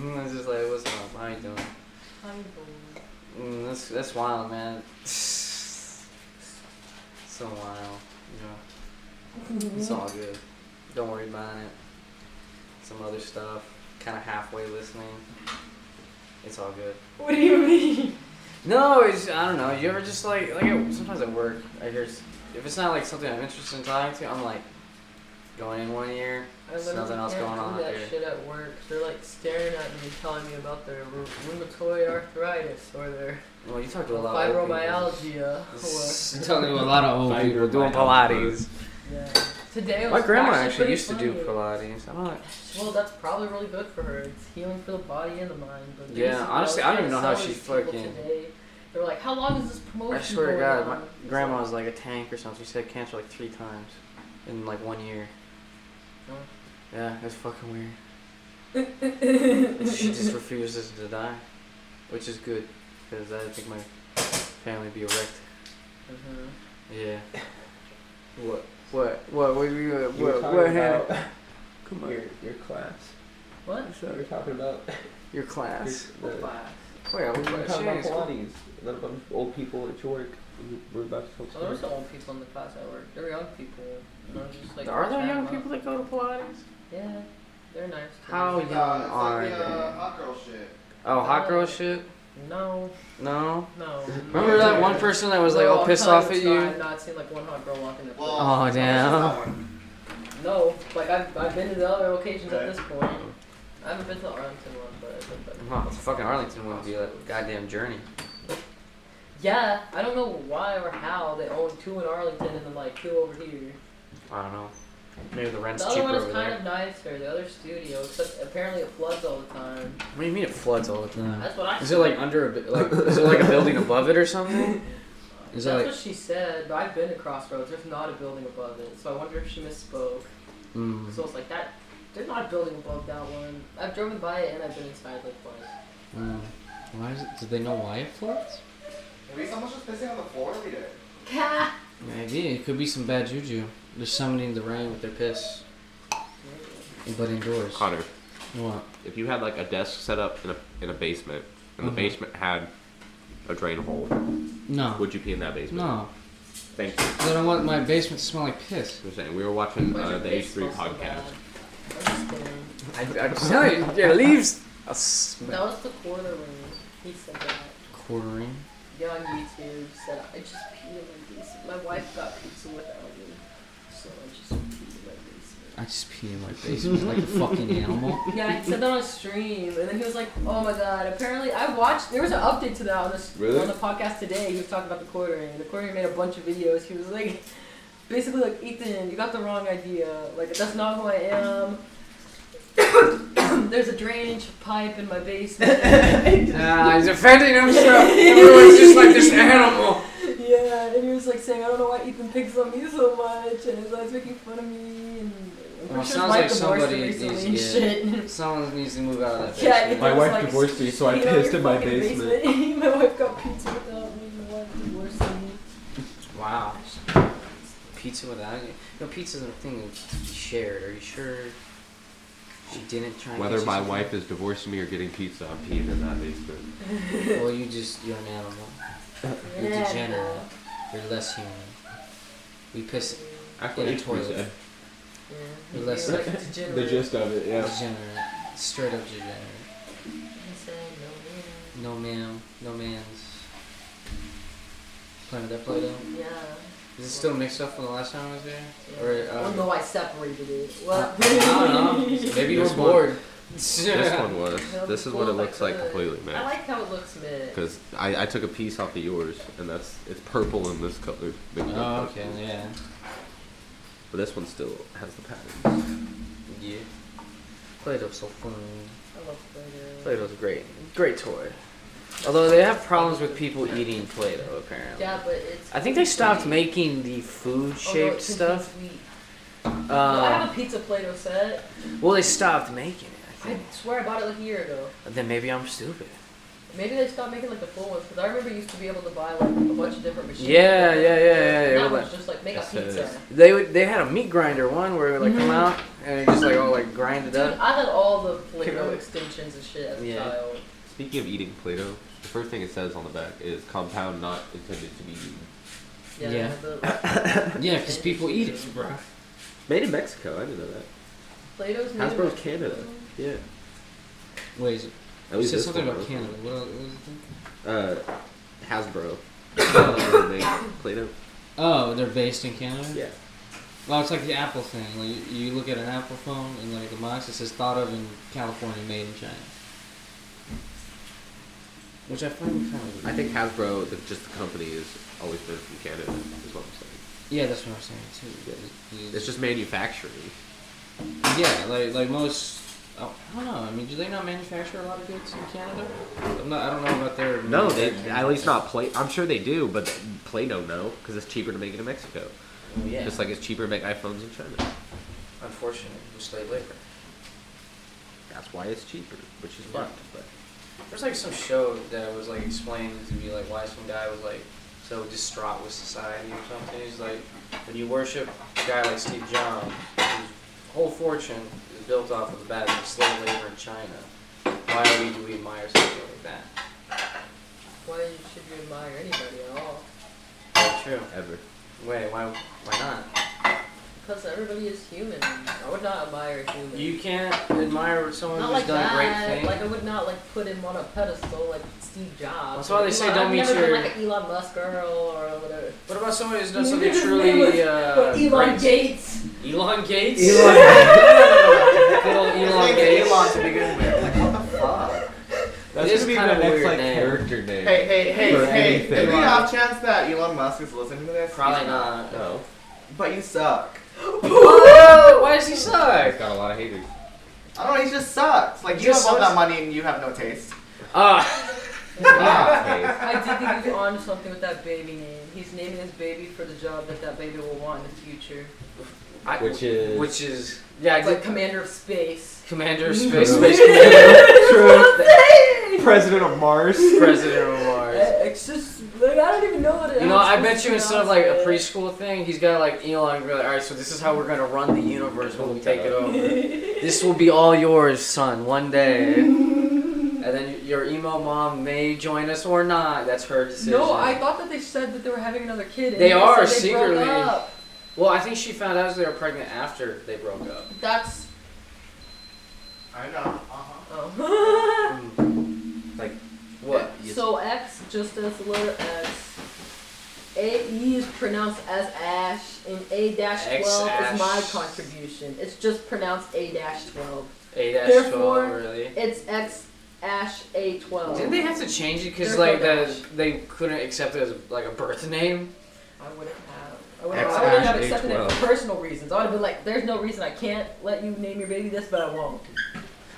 A: Mhm, it's just like, what's up? How you doing?
C: I'm
A: Mm, that's that's wild, man. So wild. Yeah.
C: bored.
A: It's all good. Don't worry about it. Some other stuff. Kind of halfway listening. It's all good.
C: What do you mean?
A: No, it's I don't know. You ever just like like at, sometimes at work, I hear s- if it's not like something I'm interested in talking to, I'm like going in one ear.
C: I
A: There's
C: literally
A: nothing else
C: can't
A: going on
C: do that
A: here.
C: shit at work. They're like staring at me, telling me about their rheu- rheumatoid arthritis or their
A: Well, you talk to a lot of old people.
C: fibromyalgia. Or,
A: S- Talking to a lot of old people doing Pilates.
C: yeah. Today was
A: My grandma
C: actually,
A: actually
C: pretty
A: used to do
C: funny.
A: Pilates. I'm like,
C: Well, that's probably really good for her. It's healing for the body and the mind. But
A: Yeah,
C: basically,
A: honestly, I don't even know how
C: saw
A: she
C: these people
A: fucking-
C: Today. They were like, "How long is this promotion?"
A: I swear to
C: going
A: God, my
C: on?" It's
A: grandma
C: like,
A: was like a tank or something. She had cancer like three times in like one year.
C: Oh.
A: Yeah, it's fucking weird. And she just refuses to die, which is good because I think my family would be wrecked.
C: Mhm.
A: Yeah. What? What? What? What? What?
E: You were
A: What?
E: talking
A: What?
E: about
A: happened? Come on.
E: your your class.
C: What?
I: So we're talking about
A: Your class?
I: the,
C: Class.
A: Wait, I was
I: we're talking about
A: like,
I: Pilates. A bunch of old people at your work. We're about to talk
C: Oh, there was some old people in the class I worked. There were young people. And I was just like,
A: Are there
C: chatting
A: young
C: up.
A: people that go to Pilates?
C: Yeah, they're nice. to
A: How
C: me.
A: young are
D: it's like, uh,
A: they?
D: hot girl shit.
A: Oh, hot girl shit?
C: No,
A: No.
C: no.
A: Remember that one person that was like
C: No,
A: all
C: I'm
A: pissed
C: telling
A: off
C: you,
A: at
C: no,
A: you?
C: I've not seen like one hot girl walking the
D: Well,
A: Oh,
D: that's
A: damn.
D: not one.
C: No, like I've, I've been to the other locations at this point. I haven't been to the Arlington one, but I've been to-
A: Wow, fucking Arlington wouldn't be that goddamn journey.
C: Yeah, I don't know why or how they own two in Arlington and then like two over here.
A: I don't know. Maybe the rent's
C: the other
A: cheaper
C: one is
A: over
C: kind
A: there.
C: of nicer, the other studio, except apparently it floods all the time.
A: What do you mean it floods all the time?
C: That's what I
A: Is it like under a bu- like? Is it like a building above it or something? Is it
C: That's
A: like?
C: what she said, but I've been to Crossroads. There's not a building above it, so I wonder if she misspoke.
A: Mm,
C: So it's like that. There's not a building above that one. I've driven by it and I've been inside like twice.
A: mm. Why is it? Do they know why it floods?
D: Maybe someone's just pissing on the floor every day.
A: Maybe it could be some bad juju. There's somebody in the rain with their piss, but indoors.
B: Connor,
A: What?
B: if you had like a desk set up in a in a basement, and
A: Mhm.
B: the basement had a drain hole,
A: No.
B: would you pee in that basement?
A: No.
B: Thank you.
A: Then I don't want my basement to smell like piss.
B: I'm saying we were watching
C: Why's
B: uh,
C: your
B: the
C: face
B: H3
C: smell so
B: podcast.
C: bad? I'm just kidding.
A: I, I'm telling you, your leaves. A
C: That
A: smell.
C: was the quarter room. He said that.
A: Quartering.
C: Yeah, on YouTube said I just peed in my basement. My wife got pizza without me, so I just peed in my basement.
A: I just pee in my basement like a fucking animal.
C: Yeah, he said that on stream, and then he was like, "Oh my god!" Apparently, I watched. There was an update to that on this
I: Really?
C: on the podcast today. He was talking about the quartering. The quartering made a bunch of videos. He was like, basically like, Ethan, you got the wrong idea. Like, that's not who I am. There's a drainage pipe in my basement.
A: Ah, he's offending himself. Everyone's just like this animal.
C: Yeah, and he was like saying, I don't know why Ethan picks on me so much, and his eyes making fun of me, and I'm pretty
A: Well, it
C: sure
A: sounds
C: Mike
A: like
C: divorced
A: somebody
C: him
A: needs to
C: recently and
A: get-
C: shit.
A: Someone needs to move out of that
C: Yeah,
A: basement.
C: Ethan
I: My
C: was
I: wife
C: like,
I: divorced me, so I
C: "You know,
I: pissed
C: your
I: in my
C: fucking
I: basement."
C: my wife got pizza without me. My wife divorced me.
A: Wow. Pizza without you? No, pizza's a thing to be shared. Are you sure she didn't try? and get
B: Whether
A: you
B: my
A: something?
B: wife is divorcing me or getting pizza, I'm peeing in that basement.
A: Well, you just you're an animal. You're
C: Yeah,
A: degenerate. You're less human. We piss
B: That's
A: In
B: what
A: a
B: H3
A: toilet.
B: said.
C: Yeah.
A: You're less-
C: You're like a degenerate.
I: The gist of it, yeah.
A: degenerate, straight up degenerate.
C: He said, "No,
A: No ma'am, no man's. Playing with that Play-Doh.
C: man." Yeah.
A: Is it still mixed up from the last time I was there? Or
C: oh
A: um,
C: no, I separated it. What?
A: I don't know. Maybe you were
B: This one-
A: bored.
B: This one was.
C: That
B: This
C: would be
B: is
C: cool
B: what it
C: if I
B: looks like
C: could.
B: completely,
C: I
B: man.
C: like how it looks, man.
B: Because I, I took a piece off of yours, and that's it's purple in this color. Big
A: Oh,
B: one.
A: okay, yeah.
B: But this one still has the pattern.
A: Yeah. Play-Doh's so fun.
C: I love Play-Doh.
A: Play-Doh's great. Great toy. Although they have problems with people eating Play-Doh, apparently.
C: Yeah, but it's.
A: I think they stopped making the
C: Oh, no,
A: food-shaped
C: it's gonna
A: stuff.
C: be sweet. No, I have
A: Um,
C: a pizza Play-Doh set.
A: well, they stopped making it. I
C: I
A: think.
C: swear I bought it like a year ago.
A: Then maybe I'm stupid.
C: Maybe they stopped making like the full ones because I remember you used to be able to buy like a bunch of different machines.
A: Yeah, yeah, yeah, yeah, yeah,
C: Now
A: it was
C: it's just like make a
B: Yes, it
C: pizza.
B: is.
A: They would, they had a meat grinder one where it would like come
C: Mhm.
A: out and it just like all like grind it
C: Dude,
A: up.
C: I had all the Play-Doh
A: Can I-
C: extensions and shit as a
A: Yeah.
C: child.
B: Speaking of eating Play-Doh, the first thing it says on the back is compound not intended to be eaten.
C: Yeah.
A: Yeah.
C: The
A: Yeah, because people eat it, bro.
B: Made in Mexico. I didn't know that.
C: Play-Doh's new.
B: Hasbro's Canada. Yeah.
A: Wait, is it,
B: At
A: you
B: least
A: said
B: this
A: something
B: one
A: about
B: was.
A: Canada. What else? What was it?
B: Uh, Hasbro. Uh, they make Play-Doh.
A: Oh, they're based in Canada.
B: Yeah.
A: Well, it's like the Apple thing. Like you- you look at an Apple phone and like the box it says thought of in California, made in China. Which I find kind of.
B: I think Hasbro, the, just the company, is always been from Canada. Is what I'm saying.
A: Yeah, that's what I'm saying too.
B: It's just manufacturing.
A: Yeah, like like most. Oh, I don't know. I mean, do they not manufacture a lot of goods in Canada? I'm not. I don't know about their.
B: No, they
A: manufacturing.
B: at least not Play. I'm sure they do, but Play-Doh no, because it's cheaper to make it in Mexico.
A: Yeah.
B: Just like it's cheaper to make iPhones in China.
A: unfortunately, with slave labor.
B: That's why it's cheaper, which is
A: Yeah.
B: fucked. But
A: There's like some show that was like explaining to me like why some guy was like so distraught with society or something. He's like, when you worship a guy like Steve Jobs, who's whole fortune is built off of the back of slave labor in China. Why we do we admire something like that?
C: Why should you admire anybody at all?
A: True.
J: Ever.
A: Wait, why? Why not?
C: Because everybody is human. I would not admire a human.
A: You can't admire someone
C: not
A: who's
C: like
A: done
C: that.
A: great things.
C: Like I would not like put him on a pedestal like Steve
A: That's
C: Jobs.
A: why they say
C: Elon-
A: don't
C: I've
A: meet
C: never been
A: your-
C: like an Elon Musk girl or whatever.
A: what about someone who's
C: You
A: done something
C: just name
A: truly
C: was-
A: uh,
C: Elon
A: great?
C: Gates.
A: Elon Gates.
F: Elon.
A: Good old Elon Gates.
D: Elon to begin with. Like, what the fuck?
A: It is
F: That's gonna be
A: kind
F: the
A: of a
F: next
A: weird
F: like
A: name.
J: Character name.
E: Hey, hey, hey,
J: For
E: hey.
J: anything.
E: Is there a chance that Elon Musk is listening to this?
A: Probably not.
J: No.
E: But you suck.
A: Whoa, Why does he suck?
J: He's got a lot of haters.
D: I don't know, he just sucks. Like, you
A: Just
D: have all
A: sucks.
D: that money and you have no taste.
A: Ah,
J: Wow.
C: I did think he was on to something with that baby name. He's naming his baby for the job that that baby will want in the future.
A: I-
J: Which is-
A: which is yeah, I
C: It's like
A: did,
C: Commander of Space.
A: Commander of Space,
J: Mhm.
A: Space Commander,
F: True. President of Mars.
A: President of Mars.
C: Eh, It's just like I don't even know what it
A: You know,
C: how it's
A: I bet
C: supposed
A: you
C: to
A: instead of like a
C: pronounce
A: preschool thing, he's got like Elon. Like, All right, so this is how we're gonna run the universe when we take it over. This will be all yours, son, one day. And then your emo mom may join us or not. That's her
C: it.
A: decision.
C: No, I thought that they said that they were having another kid. and
A: They
C: said
A: are,
C: they broke
A: secretly.
C: up.
A: Well, I think she found out they were pregnant after they broke up.
C: That's
D: I know. Uh huh.
C: oh.
A: What?
C: So X just as the letter X. A E is pronounced as Ash, and A dash
A: X
C: twelve
A: ash.
C: is my contribution. It's just pronounced A dash twelve.
A: A dash
C: Therefore-
A: twelve, really?
C: It's X ash A twelve.
A: Didn't they have to change it because
C: There's
A: like the,
C: no dash.
A: they couldn't accept it as like a birth name?
C: I wouldn't have. I wouldn't,
J: X
C: I wouldn't
J: ash
C: have
J: A
C: accepted it
J: 12.
C: for personal reasons. I would have been like, "There's no reason I can't let you name your baby this, but I won't."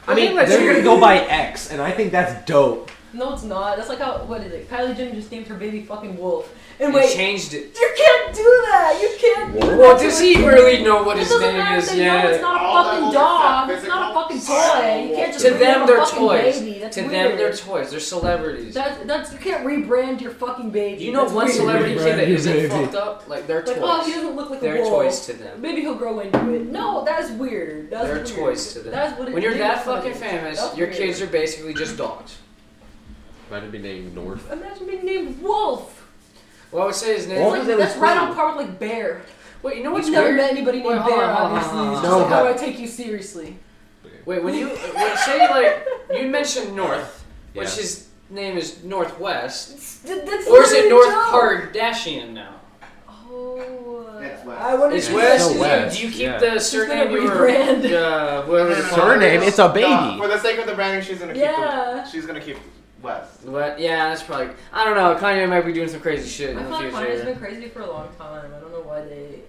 F: I mean, they're gonna go by X, and I think that's dope.
C: No, it's not. That's like how what is it? Kylie Jenner just named her baby fucking Wolf. And
A: They
C: wait,
A: changed it.
C: you can't do that. You can't. Do
A: Well,
C: that to
A: does
C: a
A: he
C: kid.
A: really know what
C: It
A: his
C: doesn't
A: name
C: matter if
A: is
C: they know it's
A: yet?
C: not
D: All
C: a
D: that
C: fucking
D: whole stuff,
C: dog. It's not a
D: physical,
C: fucking toy.
D: sexual.
C: You can't just
A: To
C: rename
A: them,
C: a
A: they're
C: fucking
A: toys.
C: Baby. That's
A: to
C: weird.
A: them, they're toys. They're celebrities.
C: That's, that's you can't rebrand your fucking baby.
A: you know
C: that's
A: one
C: weird.
A: celebrity kid that
F: Right,
A: isn't
F: baby.
A: fucked up? Like they're
C: Like, oh, he
A: toys.
C: doesn't look like
A: They're
C: a wolf.
A: toys to them.
C: Maybe he'll grow into it. No, that's weird. That's
A: They're
C: weird.
A: toys to them.
C: That's what it
A: When you're
C: is,
A: that
C: that's what
A: fucking
C: it is.
A: famous,
C: That's
A: your
C: weird.
A: kids are basically just dogs.
J: Might have been named North.
C: Imagine being named Wolf.
A: Well, I would say his name.
F: Wolf?
C: Like,
F: that
C: that's
F: was
C: right
F: cool.
C: on par with like Bear.
A: Wait, you know
C: You've
A: what's
C: never
A: weird?
C: met anybody named
A: Wait, hold
C: Bear,
A: on, hold on,
C: obviously.
A: hold on,
C: It's just
F: hold
C: like,
F: on.
C: how do I take you seriously?
A: Wait, when you when, say like you mentioned North,
J: Yeah.
A: which his name is Northwest,
C: It's- that- that's
A: or is it North
C: literally a joke.
A: Kardashian now?
C: Oh. uh,
D: It's West.
C: I wonder
A: It's
C: if-
A: West.
J: still West,
A: Do you keep
J: yeah.
A: the
C: She's gonna
A: surname you were?
C: rebrand.
A: Uh, whatever. the
D: No, no,
A: fuck it
F: Surname?
A: is?
F: It's a
D: No,
F: baby.
D: for the sake of the branding, she's gonna keep
C: Yeah.
D: the, She's gonna keep West.
A: But yeah, that's probably. I don't know. Kanye might be doing some crazy shit in
C: I feel
A: the
C: like Kanye's been
A: future.
C: crazy for a long time. I don't know why they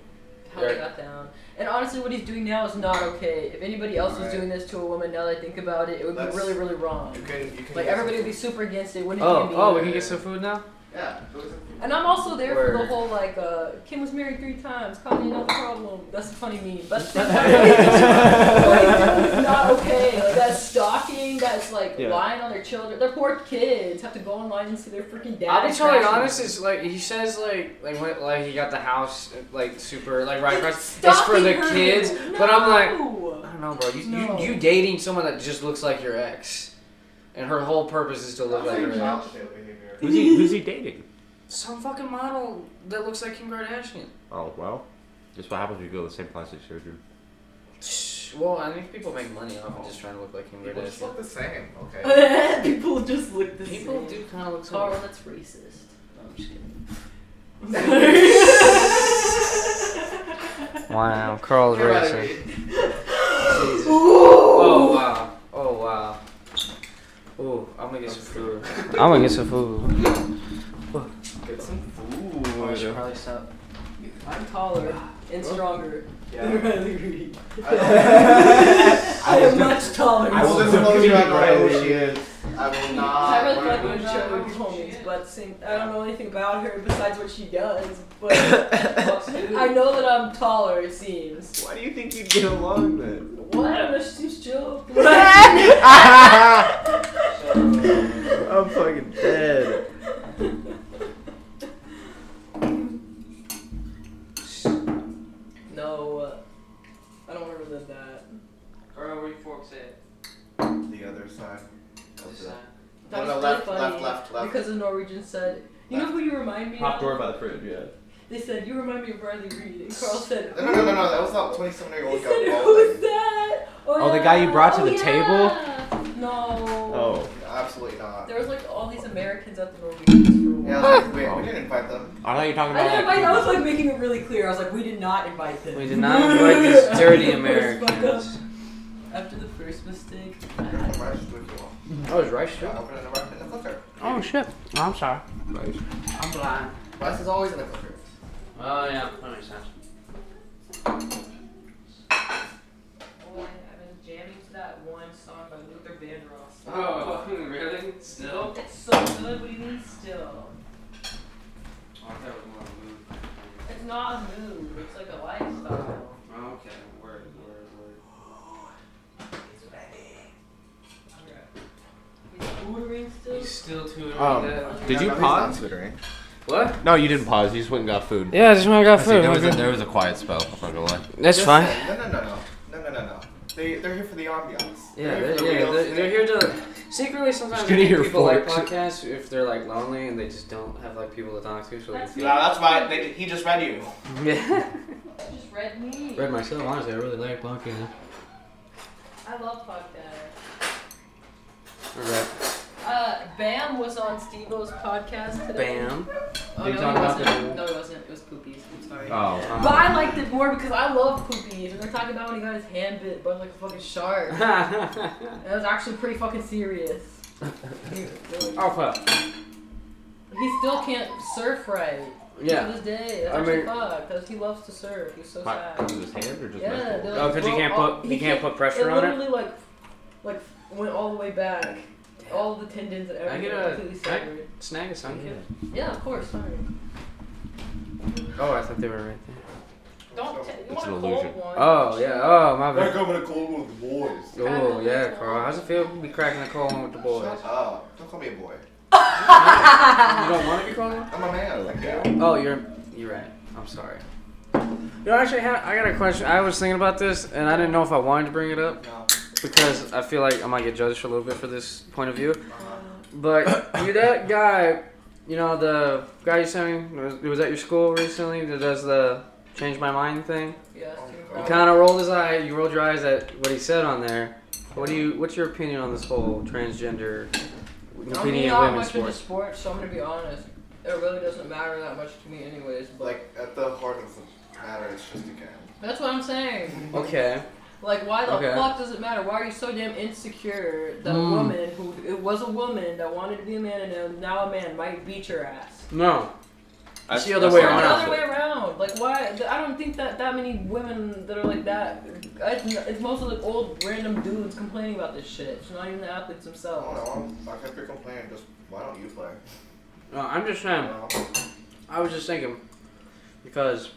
C: how
A: Right.
C: they got down. And honestly, what he's doing now is not okay. If anybody else was
D: Alright.
C: doing this to a woman, now that I think about it, it would
D: Let's-
C: be really, really wrong.
D: You can, you can
C: Like
D: get
C: everybody would
D: some-
C: be super against it. Wouldn't
A: Oh,
C: it be?
A: oh, we can get some food now.
D: Yeah. go with some-
C: And I'm also there for the
A: Word.
C: whole like uh, Kim was married three times. Kanye not the problem. That's a funny meme. But that's not okay. Like that's stalking. That's like
F: Yeah.
C: lying on their children. Their poor kids have to go online and see their freaking dad.
A: I'll be totally
C: trashing them.
A: honest. It's like he says, like like when, like he got the house like super like right across. It's
C: Stalking
A: for the
C: her.
A: kids, but I'm like.
C: No.
A: I don't know, bro. You,
C: No.
A: you you dating someone that just looks like your ex, and her whole purpose is to look
D: I'm
A: like
D: saying
A: your ex.
D: child shit behavior.
F: Who's he, who's he dating?
A: Some fucking model that looks like Kim Kardashian.
J: Oh, well. That's what happens when you go to the same plastic surgery.
A: Shh, Well, I think people make money off of just trying to look like Kim
D: People just
A: Kardashian.
D: look the same. Okay.
C: People just look the
A: People
C: same.
A: do kind of look
C: Carl,
A: so.
C: that's racist. No, I'm just kidding.
A: Wow, Carl's
D: You're right, Reed.
A: Oh wow. Oh wow. Ooh, I'm gonna get some food. I'm gonna get some food.
D: Get some
A: Oh, I
D: food.
A: should probably stop.
C: I'm taller and stronger than
D: Yeah.
C: Riley Reed.
D: I don't-
C: I am much taller.
D: I will
F: was
D: disclose you. I don't know who
F: confused.
D: she is. I will not.
C: I really
D: wear
C: like
D: boob
C: Michelle
D: shorts.
C: Williams homies, but same, I don't know anything about her besides what she does. But I know that I'm taller. It seems.
E: Why do you think you'd get along then?
C: What? I'm a she's joke.
E: I'm fucking dead.
C: No, uh, I don't want to relive that. a Norwegian said, "You know who you remind me
J: Hop
C: of?"
J: door by the fridge, yeah.
C: They said, "You remind me of Riley Reed." And Carl said,
D: No, no, no, no, no, that was not 27 year
C: He
D: old
C: said,
D: guy.
C: "Who's that?"
F: Oh, the guy you brought to the
C: table. No.
E: Oh.
D: Absolutely not.
C: There was like all these Americans at the Norwegians for a while.
D: Yeah, like, wait, we didn't invite them.
J: I thought you were talking
C: I, didn't invite, I was like making it really clear. I was like, we did not invite them.
A: We did not invite these dirty
C: It was fucked up.
A: Americans.
C: After the first mistake, I
D: Never
C: had
D: mind, just do it for a while.
A: I was right, sure.
D: Yeah, open it in the right- in the clicker.
F: Oh shit. I'm sorry.
A: I'm blind.
D: Rice is always in the clicker.
A: Oh yeah, that makes sense.
C: Oh, I've been jamming to that one song by Luther Vandross.
A: Oh, really? Still? Oh,
C: It's so good. What do you mean still? It's not a mood. It's like a lifestyle.
A: Okay, word, word, word.
C: It's ready. It's ordering still.
A: He's still too early.
E: Um,
A: to-
E: Did you
D: No, no,
E: pause?
A: What?
J: No, you didn't pause. You just went and got food.
A: Yeah, I just want to
B: See, there, was a, there was a quiet spell. I'm not gonna lie.
A: That's
D: Just say, No, no, no, no. No, no, no, no. They, they're here for the ambiance.
A: Yeah,
D: here
A: they're,
D: for the
A: yeah,
D: real
A: they're,
D: estate.
A: they're here to secretly sometimes
J: gonna hear
A: people like
J: forks.
A: podcasts if they're like lonely and they just don't have like people to talk to, so they can
C: That's
A: feel.
D: Nah, that's why they, he just read you.
A: Yeah.
C: Just read me.
A: Read myself, honestly, I really like podcasts.
C: I love Fuck That.
A: Alright.
C: Uh, Bam was on Steve O's podcast today.
A: Bam.
C: Oh,
A: Are you
C: no,
A: talking
C: he
A: about
C: wasn't.
A: the-
C: No, it wasn't. It was Poopies. I'm sorry.
J: Oh.
C: but I liked it more because I love Poopies. And they're talking about when he got his hand bit by like a fucking shark. And
A: Alpha.
C: That was actually pretty fucking serious. he,
A: Oh,
C: he still can't surf right.
A: Yeah.
C: To this day. That's
A: I
C: actually
A: mean-
C: fucked. Because he loves to surf. He's so
J: My,
C: sad.
J: was it his hand or just
C: Yeah,
J: my
C: they're
J: foot?
C: like,
A: Oh, 'cause you
C: well,
A: can't
C: all-
A: put-
C: he
A: you can't put pressure on it?
C: It literally like, like went all the way back. All the tendons and
A: I
C: everything
A: get a-
C: completely
A: I-
C: severed.
A: Snag a sun kid.
C: Yeah, of course. Sorry.
A: Oh, I thought they were right there.
C: Don't. T- you
J: It's
C: want
J: an
C: a
J: illusion.
C: cold one?
A: Oh, yeah. Oh, my bad.
D: coming to cold with the boys.
A: Oh, yeah, Carl. How's it feel to be cracking a cold one with the boys?
D: Shut up. Don't call me a boy.
A: You don't want to be calling?
D: I'm a man. Like, yeah.
A: Oh, you're you're right. I'm sorry. You know, actually, I had- I got a question. I was thinking about this, and I didn't know if I wanted to bring it up
D: No.
A: because I feel like I might get judged a little bit for this point of view. But you that guy, you know, the guy you sent me was, was at your school recently that does the change my mind thing.
C: Yeah, that's
A: He
C: true.
A: kind of rolled his eye. You rolled your eyes at what he said on there. What do you? What's your opinion on this whole transgender competing
C: I'm
A: in
C: not
A: women's
C: much into
A: sports?
C: sports, so I'm gonna be honest. It really doesn't matter that much to me, anyways. But
D: Like, at the heart of the matter, it's just a game.
C: that's what I'm saying.
A: Okay.
C: Like, why the
A: Okay.
C: fuck does it matter? Why are you so damn insecure that
A: Mm.
C: a woman who it was a woman that wanted to be a man and now a man might beat your ass?
A: No.
E: I-
A: It's the other
E: I
A: way
E: saw
C: Or the
A: around.
E: that.
C: other way around. Like, why? I don't think that that many women that are like that. It's, it's mostly like old random dudes complaining about this shit. It's not even the athletes
D: I don't
C: themselves.
D: know. I'm, I if you're complaining, just why don't you play? Um,
A: No, I'm just saying.
D: No.
A: I was just thinking, because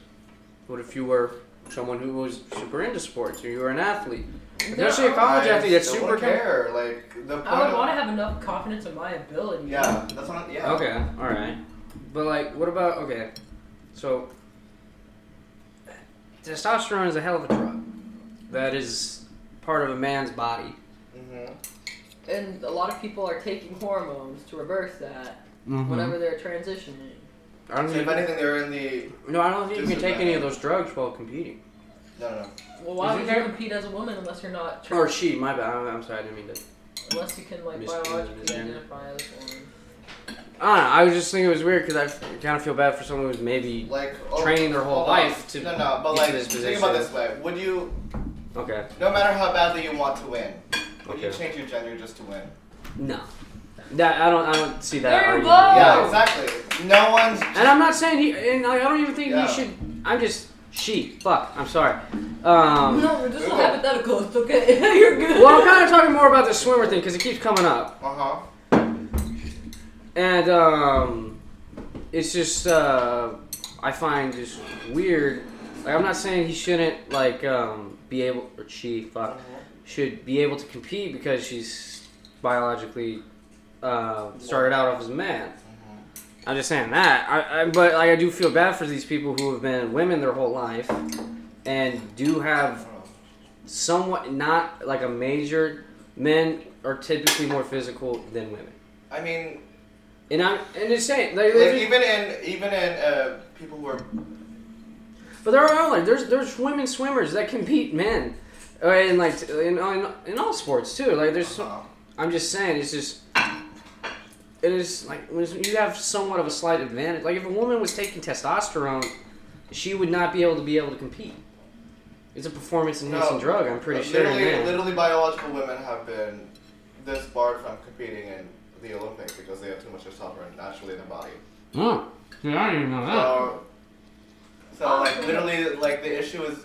A: what if you were someone who was super into sports, or you were an athlete, especially a college
D: I
A: athlete that's
D: still
A: super.
D: don't care. Like, the point
C: I would
D: of-
C: want to have enough confidence in my ability.
D: Yeah, that's what I, yeah.
A: Okay, all right, but like, what about okay? So testosterone is a hell of a drug. That is part of a man's body.
D: Mm-hmm.
C: And a lot of people are taking hormones to reverse that
A: Mm-hmm.
C: whenever they're transitioning.
A: I don't
D: So if
A: think,
D: anything, they're in the.
A: no, I don't think you can take
D: Disadvantage.
A: any of those drugs while competing.
D: No, no, no.
C: Well, why
A: Isn't
C: would you
A: there-
C: compete as a woman unless you're not
A: Or
C: trans?
A: she, my bad. I'm, I'm sorry, I didn't mean to.
C: unless you can like
A: Miss-
C: biologically
A: yeah.
C: identify as one.
A: I don't know. I was just thinking it was weird because I kind of feel bad for someone who's maybe
D: Like, oh,
A: Training their whole
D: hold on.
A: life to
D: No, no, but
A: get to
D: like,
A: this
D: think about
A: position.
D: this way. Would you,
A: okay.
D: no matter how badly you want to win, would you
A: Okay.
D: change your gender just to win?
A: No. That I don't. I don't see that.
C: There
A: argument.
C: you go.
D: Yeah,
A: No.
D: exactly. No one's.
A: And I'm not saying he. And like, I don't even think
D: Yeah.
A: he should. I'm just she. Fuck. I'm sorry. Um.
C: No, this is
D: Ooh.
C: hypothetical. It's okay. you're good.
A: Well, I'm kind of talking more about the swimmer thing because it keeps coming up,
D: Uh huh.
A: and um, it's just uh, I find just weird. Like I'm not saying he shouldn't like um be able or she fuck
D: Uh-huh.
A: should be able to compete because she's biologically uh, started out off as a man. I'm just saying that. I, I, but like, I do feel bad for these people who have been women their whole life and do have somewhat not like a major. Men are typically more physical than women.
D: I mean,
A: And I'm and it's saying like,
D: Like
A: there's-
D: even in even in uh, people who are
A: but there are like there's there's women swimmers that can beat men, Uh, and like in, in, in all sports too. Like there's
D: Uh-huh. uh,
A: so- I'm just saying it's just it is like when you have somewhat of a slight advantage. Like if a woman was taking testosterone, she would not be able to be able to compete. It's a performance enhancing
D: No.
A: drug. I'm pretty sure.
D: literally,
A: man.
D: literally biological women have been disbarred from competing in the Olympics because they have too much testosterone naturally in their body.
A: Oh, yeah, I didn't even know that.
D: So, so like literally, like the issue is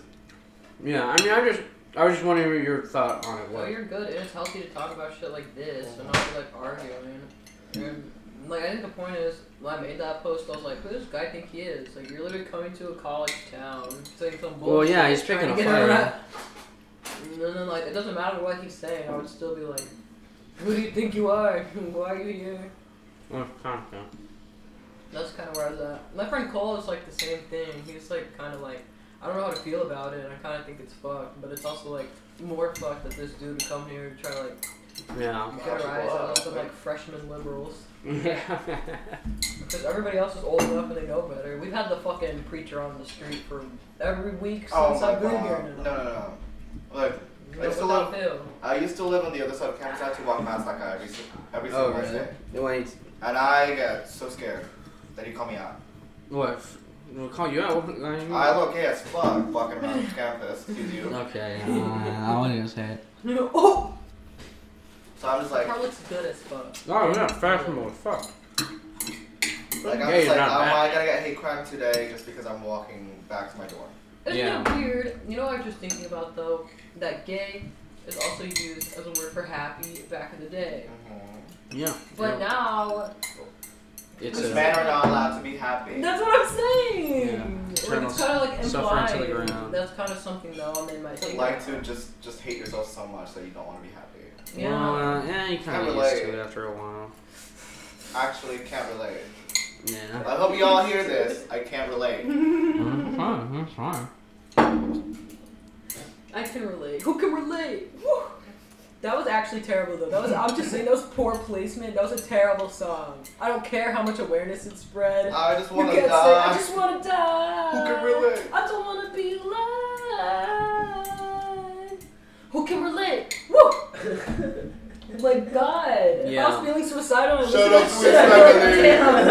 A: yeah, I mean, I just, I was just wondering what your thought on it
C: Well,
A: was.
C: you're good, and it's healthy to talk about shit like this and not be, like arguing. And like, I think the point is, when I made that post, I was like, "Who does this guy think he is? Like, you're literally coming to a college town, saying some bullshit."
A: Well, yeah, he's
C: trying
A: picking
C: to
A: a
C: get
A: fight.
C: around- And then, like, it doesn't matter what he's saying. I would still be like, "Who do you think you are? Why are you here?"
A: Oh, huh, yeah.
C: That's kind of where I was at. My friend Cole is like the same thing. He was like kind of like I don't know how to feel about it, and I kind of think it's fucked, but it's also like more fucked that this dude would come here and try to like
A: Yeah.
C: get our eyes out some like freshman liberals because everybody else is old enough and they know better. We've had the fucking preacher on the street for every week since
D: oh my
C: I've been
D: god,
C: here.
D: no, no, no. Look,
C: You
D: I
C: know
D: still
C: what
D: love-
C: I feel.
D: I used to live on the other side of campus. I had to walk past that guy every si- every single
A: Oh, really?
D: Wednesday,
A: Wait,
D: and I get so scared that he called me out.
A: what? F- We'll call you out. What- I mean-
D: I look gay as fuck walking around campus. Excuse you.
A: Okay. Uh, I wasn't gonna say it.
C: No. Oh,
D: So I'm just like,
C: that looks good as fuck.
A: Oh yeah, fashionable as fuck.
D: like I'm
A: Yeah,
D: just
A: you're
D: like,
A: not
D: oh,
A: bad.
D: I gotta get hate crime today just because I'm walking back to my dorm.
C: Isn't
A: Yeah.
C: it weird? You know what I was just thinking about though? That gay is also used as a word for happy back in the day.
A: Yeah.
C: But
A: yeah.
C: now
A: it's
D: Because
A: a,
D: men are not allowed to be happy.
C: That's what I'm saying.
A: Yeah.
C: Like,
A: Turn
C: it's kind of like
A: suffering to the
C: implied.
A: ground.
C: That's kind of something though, and they might
D: Would
C: think.
D: like to just just hate yourself so much that you don't want to be happy.
C: Yeah.
A: Well, uh, yeah, you kind
D: Kinda
A: of
D: like-
A: used to it after a while.
D: Actually, can't relate.
A: Yeah.
D: I hope you all hear this. I can't relate.
A: That's fine. That's fine.
C: I can relate. Who can relate? Woo! That was actually terrible though. That was I'm just saying that was poor placement. That was a terrible song. I don't care how much awareness it spread.
D: I just
C: you
D: want
C: can't
D: to
C: say I
D: die.
C: just want to die.
D: Oh Who can relate?
C: I don't want to be alive. Who can relate? Woo! like God,
A: Yeah.
C: I "Oh, was feeling suicidal and
D: Shut
C: listening
D: up,
C: to that shit.
D: suicide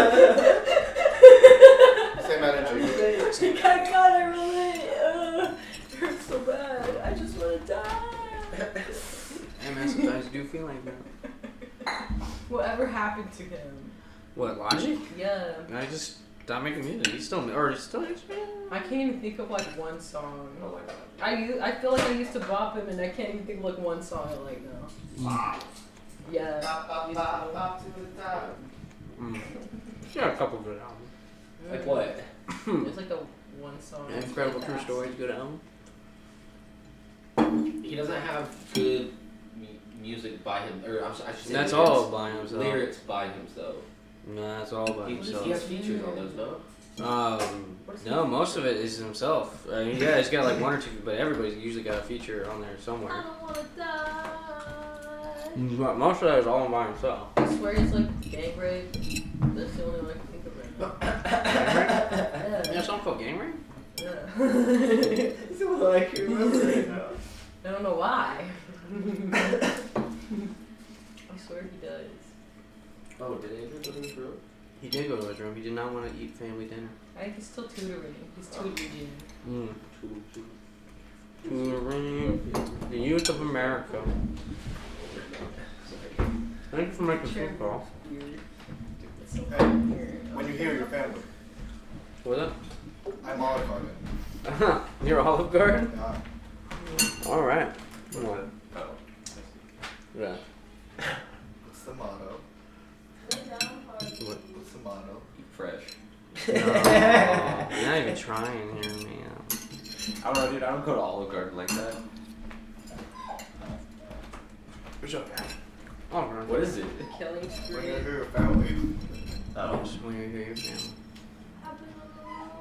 C: I wrote down.
D: Same energy.
C: I God, I relate. Uh, it hurts so bad. I just want to die.
A: Hey man, sometimes you do feel like that.
C: Whatever happened to him?
A: What logic?
C: Yeah.
A: I just stopped making music. He's still or he's still is.
C: I can't even think of like one song. I u- I feel like I used to bop him, and I can't even think of like one song I like now. Yeah. used to.
A: Mm. She had a couple good albums.
C: Mm. It's like the one song.
A: Yeah, Incredible True Stories, good album.
K: He doesn't have good mu- music by him, or I'm, si should say
A: That's
K: lyrics,
A: all by himself.
K: lyrics by himself.
A: No, that's all by
K: He, he has
A: himself.
K: features on those, no?
A: Um,
C: What is
A: no, most of it is himself. I mean, yeah, he's got like one or two, but everybody's usually got a feature on there
C: I
A: somewhere.
C: don't wanna die.
A: But most of that is all by himself.
C: I swear it's like gang rape. That's the only one I can think of right now.
A: You know, a song called Game Ring?
C: Yeah.
G: I can remember it now.
C: I don't know why. I swear he does.
K: Oh, did Andrew go to his room?
A: He did go to his room. He did not want to eat family dinner.
C: I think he's still tutoring. He's tutoring.
A: Mm.
K: Two, two.
A: To ring Hmm. the youth of America. Thank you for making
C: Sure.
A: phone call.
C: Weird. It's so
D: Hey,
C: weird.
D: when you hear your family,
A: What
D: I'm Olive Garden.
A: up? Near Olive Garden?
D: Yeah.
A: All right.
D: Oh,
A: Yeah.
D: what's the motto?
A: What?
D: What's the motto?
K: Eat fresh.
A: No, you're not even trying here, man.
J: I don't know, dude. I don't go to Olive Garden like that.
A: All right.
K: What is it?
C: Killing
D: When you
C: spree.
D: hear your family.
K: Oh.
A: Just when you're here, your family.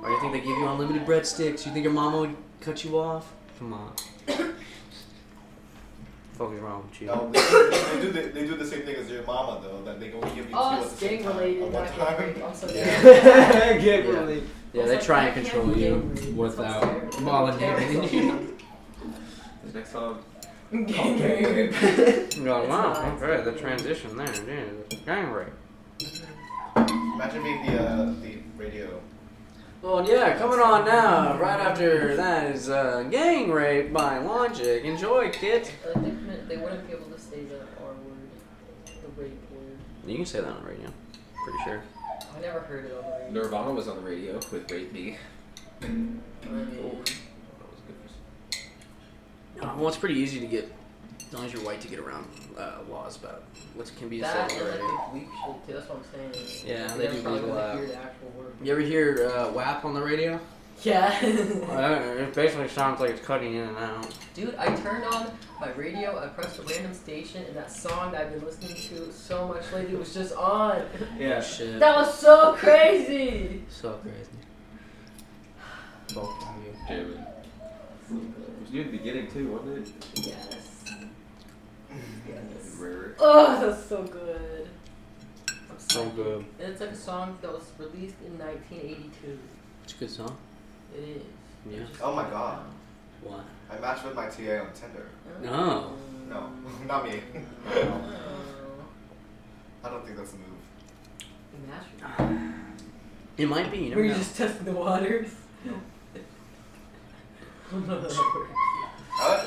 A: Or you think they give you unlimited breadsticks? You think your mama would cut you off? Come on. fuck is wrong with you?
D: No, they, do, they, do the, they do the same thing as your mama though. That they only give you
L: Oh,
D: two
L: it's
D: at the same
L: gang
D: time,
L: related,
D: at one
L: not gang
D: time.
L: related. I'm so
A: Yeah.
L: dead.
A: yeah.
L: Gang related.
A: Yeah, they try and control you without mollyhanning you.
E: This next song.
C: Gang rape.
A: No,
C: It's
A: wow,
C: not.
A: okay, the transition there, dude. Gang rape.
D: Imagine being the uh, the radio.
A: Well, yeah, coming on now, right after that is uh, Gang Rape by Logic. Enjoy, kids.
C: I think that they wouldn't be able to say the R word, the rape word.
A: You can say that on the radio, pretty sure.
C: I never heard it on the radio.
K: Nirvana was on the radio with Rape Me.
C: Cool.
A: Uh, well, it's pretty easy to get, as long as you're white, to get around uh, laws about what can be
C: That
A: assault
C: and like
A: already.
C: the bleep shit too. That's what I'm saying.
A: Yeah,
C: You're
A: they
C: never
A: do
C: probably
A: bleep a
C: gonna
A: lot.
C: hear the actual word.
A: You ever hear uh, WAP on the radio?
C: Yeah.
A: Uh, it basically sounds like it's cutting in and out.
C: Dude, I turned on my radio, I pressed a random station, and that song that I've been listening to so much lately was just on.
A: Yeah. Shit.
C: That was so crazy!
A: so crazy. Both of you.
E: Damn it. It was near the beginning too, wasn't it?
C: Yes. Yes.
E: Rare.
C: Oh, that's so good. I'm
A: So
C: psyched.
A: good.
C: And it's like a song that was released in 1982.
A: It's a good song.
C: It is.
A: Yeah.
D: Oh my god.
A: What?
D: I matched with my TA on Tinder.
A: No.
D: No, not me.
C: Oh.
D: I don't think that's a move.
C: Imagine.
A: It might be. You
C: Were
A: never
C: you
A: know.
C: just testing the waters?
D: I would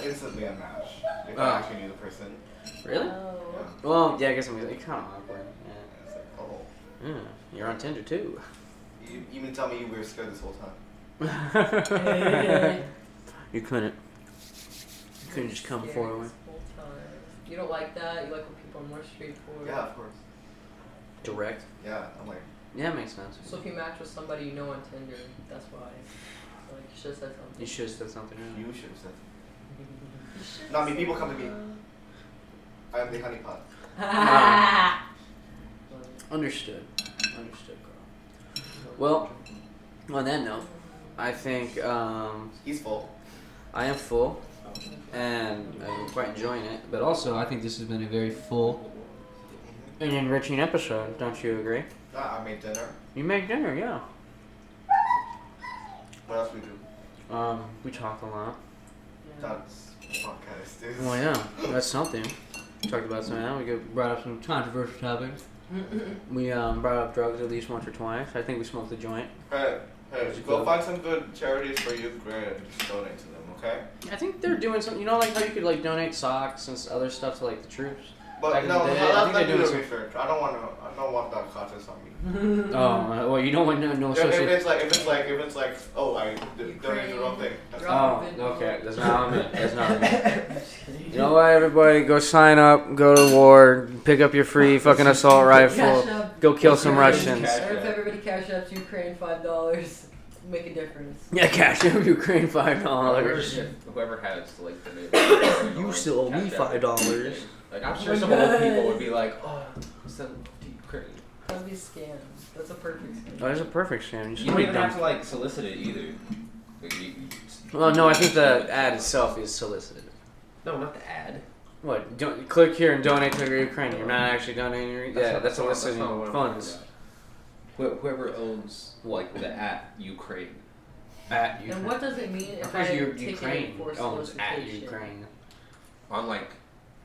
D: instantly unmatch if
A: Oh.
D: I actually knew the person.
A: Really?
C: Oh.
A: Well, yeah, I guess I'm it's kind of awkward. Yeah.
D: It's like, oh,
A: yeah. You're on Tinder too.
D: you even tell me you were scared this whole time.
A: Oh. You couldn't. You couldn't just come
C: Scary
A: forward.
C: this whole time. You don't like that. You like when people are more straightforward.
D: Yeah, of course.
A: Direct.
D: Yeah, I'm like,
A: Yeah, it makes sense.
C: So if you match with somebody you know on Tinder, that's why. Like you should have said something.
A: You should have said something. earlier.
D: you should have said. No, I mean, people come to me. I am the honeypot.
A: Understood. Understood, Carl. Well, on that note, I think um,
D: he's full.
A: I am full, and I'm quite enjoying it. But also, I think this has been a very full and enriching episode. Don't you agree?
D: Ah, I made dinner.
A: You make dinner, yeah.
D: What else we do?
A: Um, we talked a lot.
C: Mm.
D: That's podcast, dude.
A: Well, Oh, yeah, that's something. We talked about something. Now we go- brought up some controversial topics. We um, brought up drugs at least once or twice. I think we smoked a joint.
D: Hey, hey, go find some good charities for youth grid and just donate to them, okay?
A: I think they're doing something. You know, like how you could like donate socks and s- other stuff to like the troops. Back
D: But
A: in
D: no,
A: the day,
D: I
A: I
D: love
A: think they're
D: that do
A: doing
D: the
A: some.
D: research. I don't want to. I don't want that conscious on me.
A: Oh, uh, well, you don't want no, no
D: If, if
A: associate.
D: it's like, if it's like, if it's like, oh, I d- donated the wrong thing. That's
A: Oh, okay. That's not on me. That's not on me. You know what, everybody? Go sign up. Go to war. Pick up your free fucking assault rifle.
C: Cash up.
A: Go kill some
C: Everybody
A: Russians.
C: cash up. If everybody cash ups Ukraine five dollars, make a difference.
A: Yeah, cash up Ukraine five dollars. Oh,
K: Whoever has to like the
A: You still owe me Oh
K: Cash out.
A: $5.
K: Like I'm sure some old people would be like, oh, send to Ukraine.
C: That'd be scams. That's a perfect scam.
A: Oh, that's a perfect scam. You
K: You
A: should
K: don't
A: be
K: even
A: dumb.
K: have to like solicit it either. Like, you, you just-
A: Well, no, I think the ad itself is solicited.
K: No, not the ad.
A: What? Don't click here and donate to Ukraine. You're not actually donating. Your,
K: That's
A: yeah,
K: not-
A: that's
K: not-
A: soliciting
K: not what I'm talking
A: funds.
K: about. Wh- Whoever owns like the at Ukraine.
A: At
C: And what does it mean
A: I'm
C: if
A: pretty
C: I
A: sure
C: take it
A: Ukraine
C: for
A: owns at
C: solicitation?
A: Ukraine.
K: On like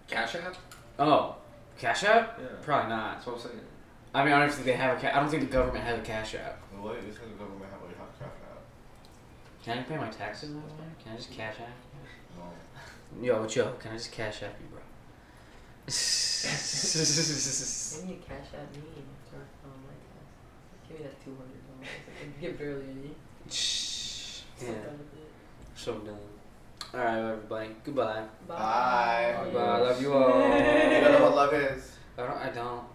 K: Cash App?
A: Oh, Cash App?
K: Yeah.
A: Probably not.
K: That's what I'm saying.
A: I mean, I don't think they have a. Ca- I don't think the government has a Cash App.
D: What is the government have a hot crap now?
A: Can I pay my taxes that way? Can I just Cash App?
D: No.
A: Yo, Joe, can I just Cash App you, bro?
C: I need to cash out me. It's our- oh, my God. Give me that two hundred dollars. I give barely any.
A: yeah,
C: Something with it.
A: so done. All right, everybody. Goodbye.
C: Bye.
D: Bye.
A: Bye. I love you all.
D: You know what love is.
A: I don't. I don't.